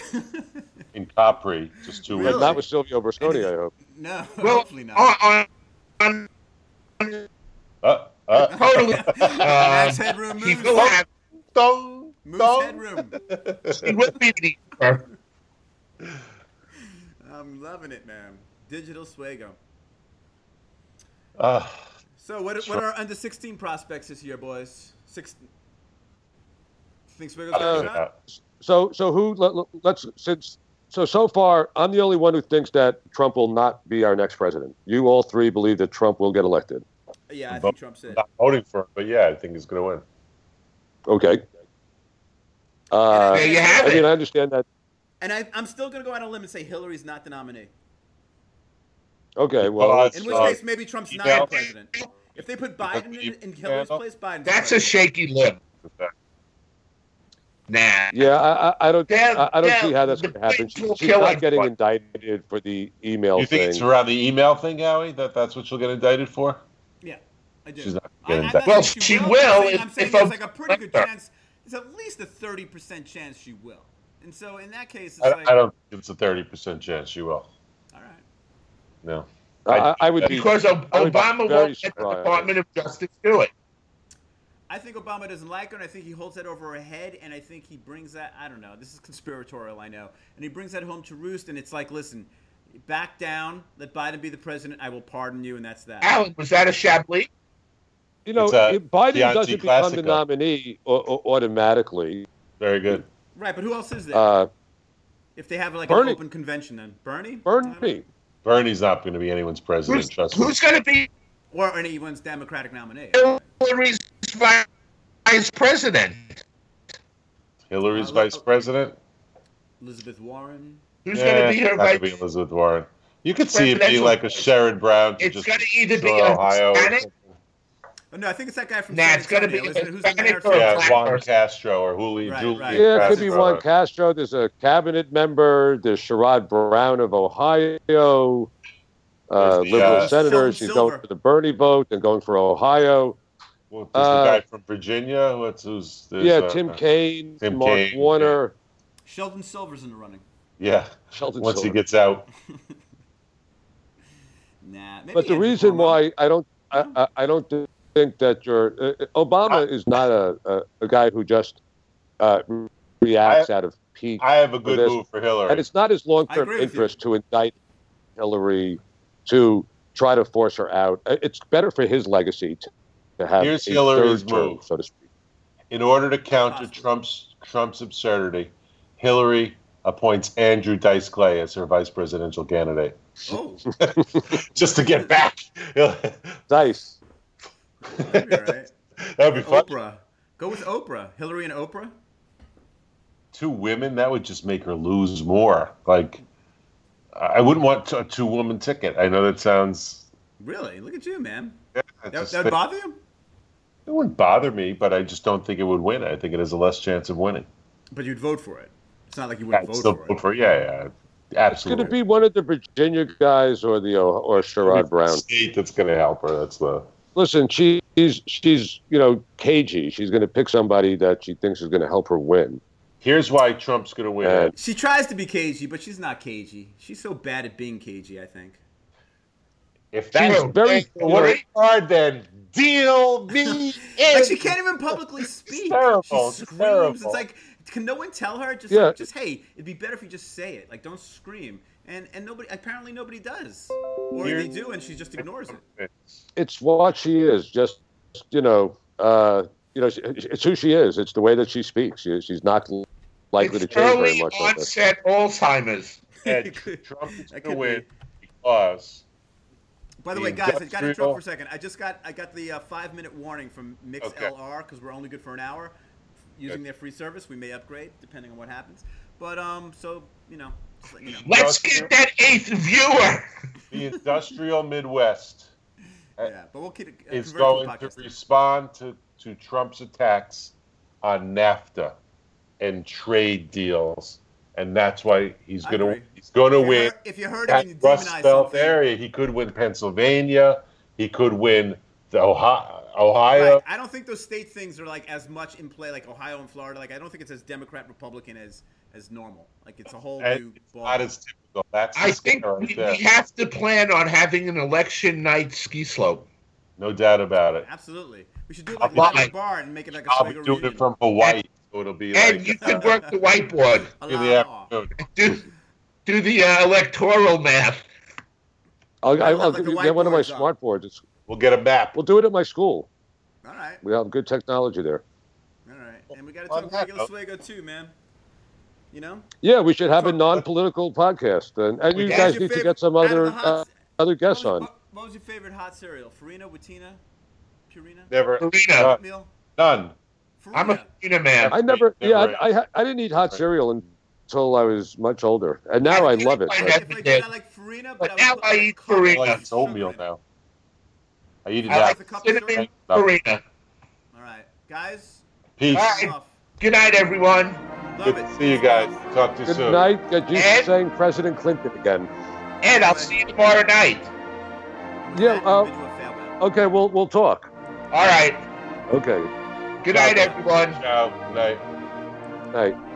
S5: in Capri just two
S2: Really?
S5: weeks.
S7: But not with Silvio Berlusconi, I hope.
S2: No,
S6: Well, uh,
S2: hopefully not.
S6: on, on, on
S5: Uh, uh,
S6: totally. Uh,
S2: Max Headroom
S6: he
S2: moves.
S6: will have
S5: dong,
S2: Moose
S5: dong.
S2: Headroom.
S6: he will be the keeper.
S2: I'm loving it, man. Digital Swago.
S5: Uh,
S2: So what, what are under 16 prospects this year, boys? Six. Think Swiggo's got a
S5: yeah.
S2: shot?
S7: So so who let, let's since so so far I'm the only one who thinks that Trump will not be our next president. You all three believe that Trump will get elected.
S2: Yeah, I
S5: Vote.
S2: think Trump's it.
S5: not voting for him, but yeah, I think he's going to win.
S7: Okay. Uh,
S6: There you have
S7: I mean,
S6: it.
S7: I understand that.
S2: And I, I'm still going to go out on a limb and say Hillary's not the nominee.
S7: Okay, well,
S5: Well,
S2: In which
S5: Uh,
S2: case, maybe Trump's not
S5: yeah.
S2: the president. If they put Biden in, in Hillary's
S5: Yeah.
S2: place, Biden's
S6: That's
S2: the
S6: a shaky limb. Nah.
S7: Yeah, I, I- I don't.
S6: They're-
S7: I, I don't
S6: they're-
S7: see how that's
S6: the
S7: going to happen.
S6: bridge
S7: She-
S6: will
S7: she's
S6: kill
S7: not
S6: us,
S7: getting
S6: but-
S7: indicted for the email
S5: You think
S7: thing.
S5: it's around the email thing, Howie? That that's what you'll get indicted for?
S2: Yeah, I do.
S5: She's not
S2: I, I'm
S5: getting
S2: not
S5: back.
S6: Well,
S2: saying
S6: she
S2: I'm
S6: will
S2: saying-
S6: if-
S2: I'm saying
S6: if
S2: there's
S6: I'm-
S2: like a pretty good chance. There's at least a 30% chance she will. And so in that case, it's
S5: I,
S2: like,
S5: I don't think it's a thirty percent chance you will.
S2: all right.
S5: No.
S7: I, Uh, I would be.
S6: Because Ob-
S7: I would be
S6: Obama
S7: very
S6: won't let the
S7: surprised.
S6: Department of Justice do it.
S2: I think Obama doesn't like her, and I think he holds that over her head, and I think he brings that. I don't know. This is conspiratorial, I know, and he brings that home to roost. And it's like, listen, back down. Let Biden be the president. I will pardon you, and that's that.
S6: Alan, was that a Chablis?
S7: You know,
S5: It's uh, a
S7: if Biden
S5: Chianti
S7: doesn't become the
S5: Classico.
S7: nominee a- a- automatically.
S5: Very good.
S2: Right, but who else is there?
S7: Uh,
S2: if they have like
S7: Bernie.
S2: an open convention, then Bernie.
S7: Bernie,
S5: Bernie's not going to be anyone's president.
S6: Who's,
S5: trust me.
S6: who's going to be
S2: Or anyone's Democratic nominee.
S6: Hillary's vi- vice president?
S5: Hillary's
S2: Uh,
S5: vice
S2: look-
S5: president.
S2: Elizabeth Warren.
S6: Who's
S5: Yeah,
S6: going to be her
S5: it's not gonna
S6: vice?
S5: be Elizabeth Warren. You could see it being
S6: Presidential-
S5: like a Sherrod Brown. To
S6: it's
S5: just
S6: going to either be
S5: destroy
S6: a
S5: Ohio.
S6: Hispanic
S2: Oh, no, I think it's that guy from
S6: Nah,
S2: San
S6: it's gotta
S2: Antonio,
S6: be
S2: isn't it? Who's the
S6: Hispanic
S2: mayor
S6: or
S2: from-
S5: Yeah,
S6: black
S5: Juan
S6: person.
S5: Castro or Julio
S2: Right,
S5: Julian
S2: right.
S7: Yeah, it
S5: Castro.
S7: could be Juan Castro. There's a cabinet member. There's Sherrod Brown of Ohio, uh,
S5: There's the,
S7: liberal
S5: uh,
S7: senator.
S2: Sheldon
S7: She's
S2: Silver.
S7: going for the Bernie vote and going for Ohio.
S5: Well, there's
S7: Uh,
S5: the guy from Virginia. What's who's? there's,
S7: yeah,
S5: uh,
S7: Tim Kaine,
S5: Tim
S7: Mark
S5: Kaine,
S7: Warner,
S2: Sheldon Silver's in the running.
S5: Yeah,
S7: Sheldon
S5: once he
S7: Silver.
S5: gets out.
S2: Nah, maybe
S7: But the
S2: Andrew
S7: reason
S2: Cuomo.
S7: why I don't, I, I, I don't think that you're uh, Obama is not a, a, a guy who just uh, reacts out of pique.
S5: I have a good
S7: There's-
S5: move for Hillary.
S7: and it's not his
S2: I
S7: long-term
S2: agree with
S7: interest to indict Hillary to try to force her out. Uh, It's better for his legacy to, to have
S5: Here's
S7: a
S5: Hillary's
S7: third term,
S5: move.
S7: so to speak.
S5: In order to counter
S2: Possible.
S5: Trump's Trump's absurdity, Hillary appoints Andrew Dice Clay as her vice presidential candidate.
S2: Oh,
S5: Just to get back. That'd
S7: Dice.
S2: that'd be all right.
S5: be fun.
S2: Oprah. Go with Oprah. Hillary and Oprah.
S5: Two women, that would just make her lose more. Like, I I wouldn't want a two woman ticket. I know that sounds.
S2: Really? Look at you, man.
S5: I
S2: That
S5: just
S2: that
S5: think-
S2: would bother you?
S5: it wouldn't bother me, but I just don't think it would win. I think it has a less chance of winning.
S2: But you'd vote for it. It's not like you
S5: Yeah,
S2: wouldn't
S5: I'd
S2: vote
S5: still
S2: for
S5: vote
S2: it.
S5: for yeah, yeah,
S7: It's going
S5: absolutely.
S7: to be one of the Virginia guys or the O- or Sherrod Brown.
S5: state that's going to help her. That's the
S7: Listen, she's she's you know cagey. She's going to pick somebody that she thinks is going to help her win.
S5: here's why Trump's going to win.
S7: And
S2: She tries to be cagey, but she's not cagey. She's so bad at being cagey, I think.
S5: if
S7: she's
S5: that's
S6: True.
S7: very
S6: Thank you.
S5: what it's hard, then deal me in.
S2: Like she can't even publicly speak.
S5: terrible.
S2: She
S5: It's
S2: screams.
S5: terrible.
S2: It's like can no one tell her? Just,
S7: Yeah.
S2: just hey, it'd be better if you just say it. Like don't scream. And and nobody apparently nobody does, or they do, and she just ignores it.
S7: it's what she is. Just you know, uh, you know, she- it's who she is. It's the way that she speaks. She, she's not likely to
S6: It's
S7: change
S6: early
S7: very much. on this.
S6: onset Alzheimer's.
S5: And
S2: Could-
S5: Trump is
S2: that
S5: going to
S2: could
S5: win
S2: be.
S5: because
S2: By the
S5: The
S2: way, guys, I got to
S5: industrial-
S2: interrupt for a second. I just got I got the uh, five minute warning from Mix
S5: Okay.
S2: LR because we're only good for an hour. Using their free service, we may upgrade depending on what happens. But um, so you know, just letting you know.
S6: Let's
S5: Industrial-
S6: get that eighth viewer.
S5: the industrial Midwest
S2: yeah, but we'll keep it. Uh, convert
S5: is
S2: to a
S5: going to
S2: podcast.
S5: respond to, to Trump's attacks on NAFTA and trade deals, and that's why he's
S2: I
S5: going to
S2: agree.
S5: he's going to
S2: If you
S5: win.
S2: heard- If you heard it,
S5: that
S2: and you demonize
S5: Rust Belt
S2: something.
S5: area. He could win Pennsylvania. He could win the Ohio. Ohio.
S2: Right. I don't think those state things are like as much in play like Ohio and Florida. Like I don't think it's as Democrat Republican as as normal. Like it's a whole new
S5: And it's
S2: ball.
S5: not as typical. That's the
S6: I think
S5: scare right
S6: we,
S5: there.
S6: we have to plan on having an election night ski slope.
S5: no doubt about it.
S2: Absolutely, we should do it
S5: I'll
S2: like live
S6: buy-
S2: at a bar and make it like a
S5: I'll be
S2: Swago
S5: doing
S2: reunion.
S5: it from Hawaii, so it'll be
S6: And
S5: like
S6: you
S5: uh,
S6: could work the whiteboard.
S2: A
S5: in
S2: la
S5: the
S2: la.
S5: afternoon.
S6: Do, do the uh, electoral math.
S7: I'll, I'll,
S2: Like
S7: I'll
S2: the
S7: give you-
S2: white
S7: get one of my
S2: boards up.
S7: smart boards. It's,
S5: We'll get a map.
S7: we'll do it at my school.
S2: All right,
S7: We have good technology there.
S2: all right, and we got to
S5: On
S2: talk
S5: that
S2: regular
S5: note-
S2: Swago too, man. You know,
S7: Yeah, we should have a non-political podcast, and, and you
S6: Yeah.
S7: guys
S2: What's your
S7: need to
S2: favorite-
S7: get some
S2: out of the
S7: other
S2: hot-
S7: uh, other guests
S2: what was,
S7: on.
S2: What was your favorite hot cereal? Farina, Watina, Purina,
S5: Never
S6: Farina.
S2: meal.
S5: done.
S6: I'm a
S2: Farina.
S6: Farina man.
S7: I never,
S5: Never
S7: yeah,
S5: ate.
S7: I, I I didn't eat hot cereal until I was much older, and now I,
S6: I
S7: love it.
S6: think I
S7: Like,
S6: had-
S2: If I did, I like Farina, but,
S6: But
S2: I
S6: now
S2: would put,
S6: I
S2: like,
S6: eat
S2: a cup of
S5: I
S6: Farina.
S2: sugar
S5: like
S2: in
S5: it's oatmeal
S2: it.
S5: now. I eat it
S6: I
S5: now.
S6: like cinnamon Farina.
S2: All right, guys.
S5: Peace.
S6: All right.
S2: Love.
S6: Good night, everyone.
S2: Love
S5: Good
S2: it.
S5: to see you guys. Talk to you
S7: good
S5: soon.
S7: night. Get used to
S6: And-
S7: saying President Clinton again.
S6: And I'll see you tomorrow night.
S2: With
S7: Yeah,
S2: that,
S7: uh,
S2: we do a farewell.
S7: Okay, we'll we'll talk.
S6: All right.
S7: Okay,
S6: Good night, everyone.
S5: Ciao. Good night.
S7: night.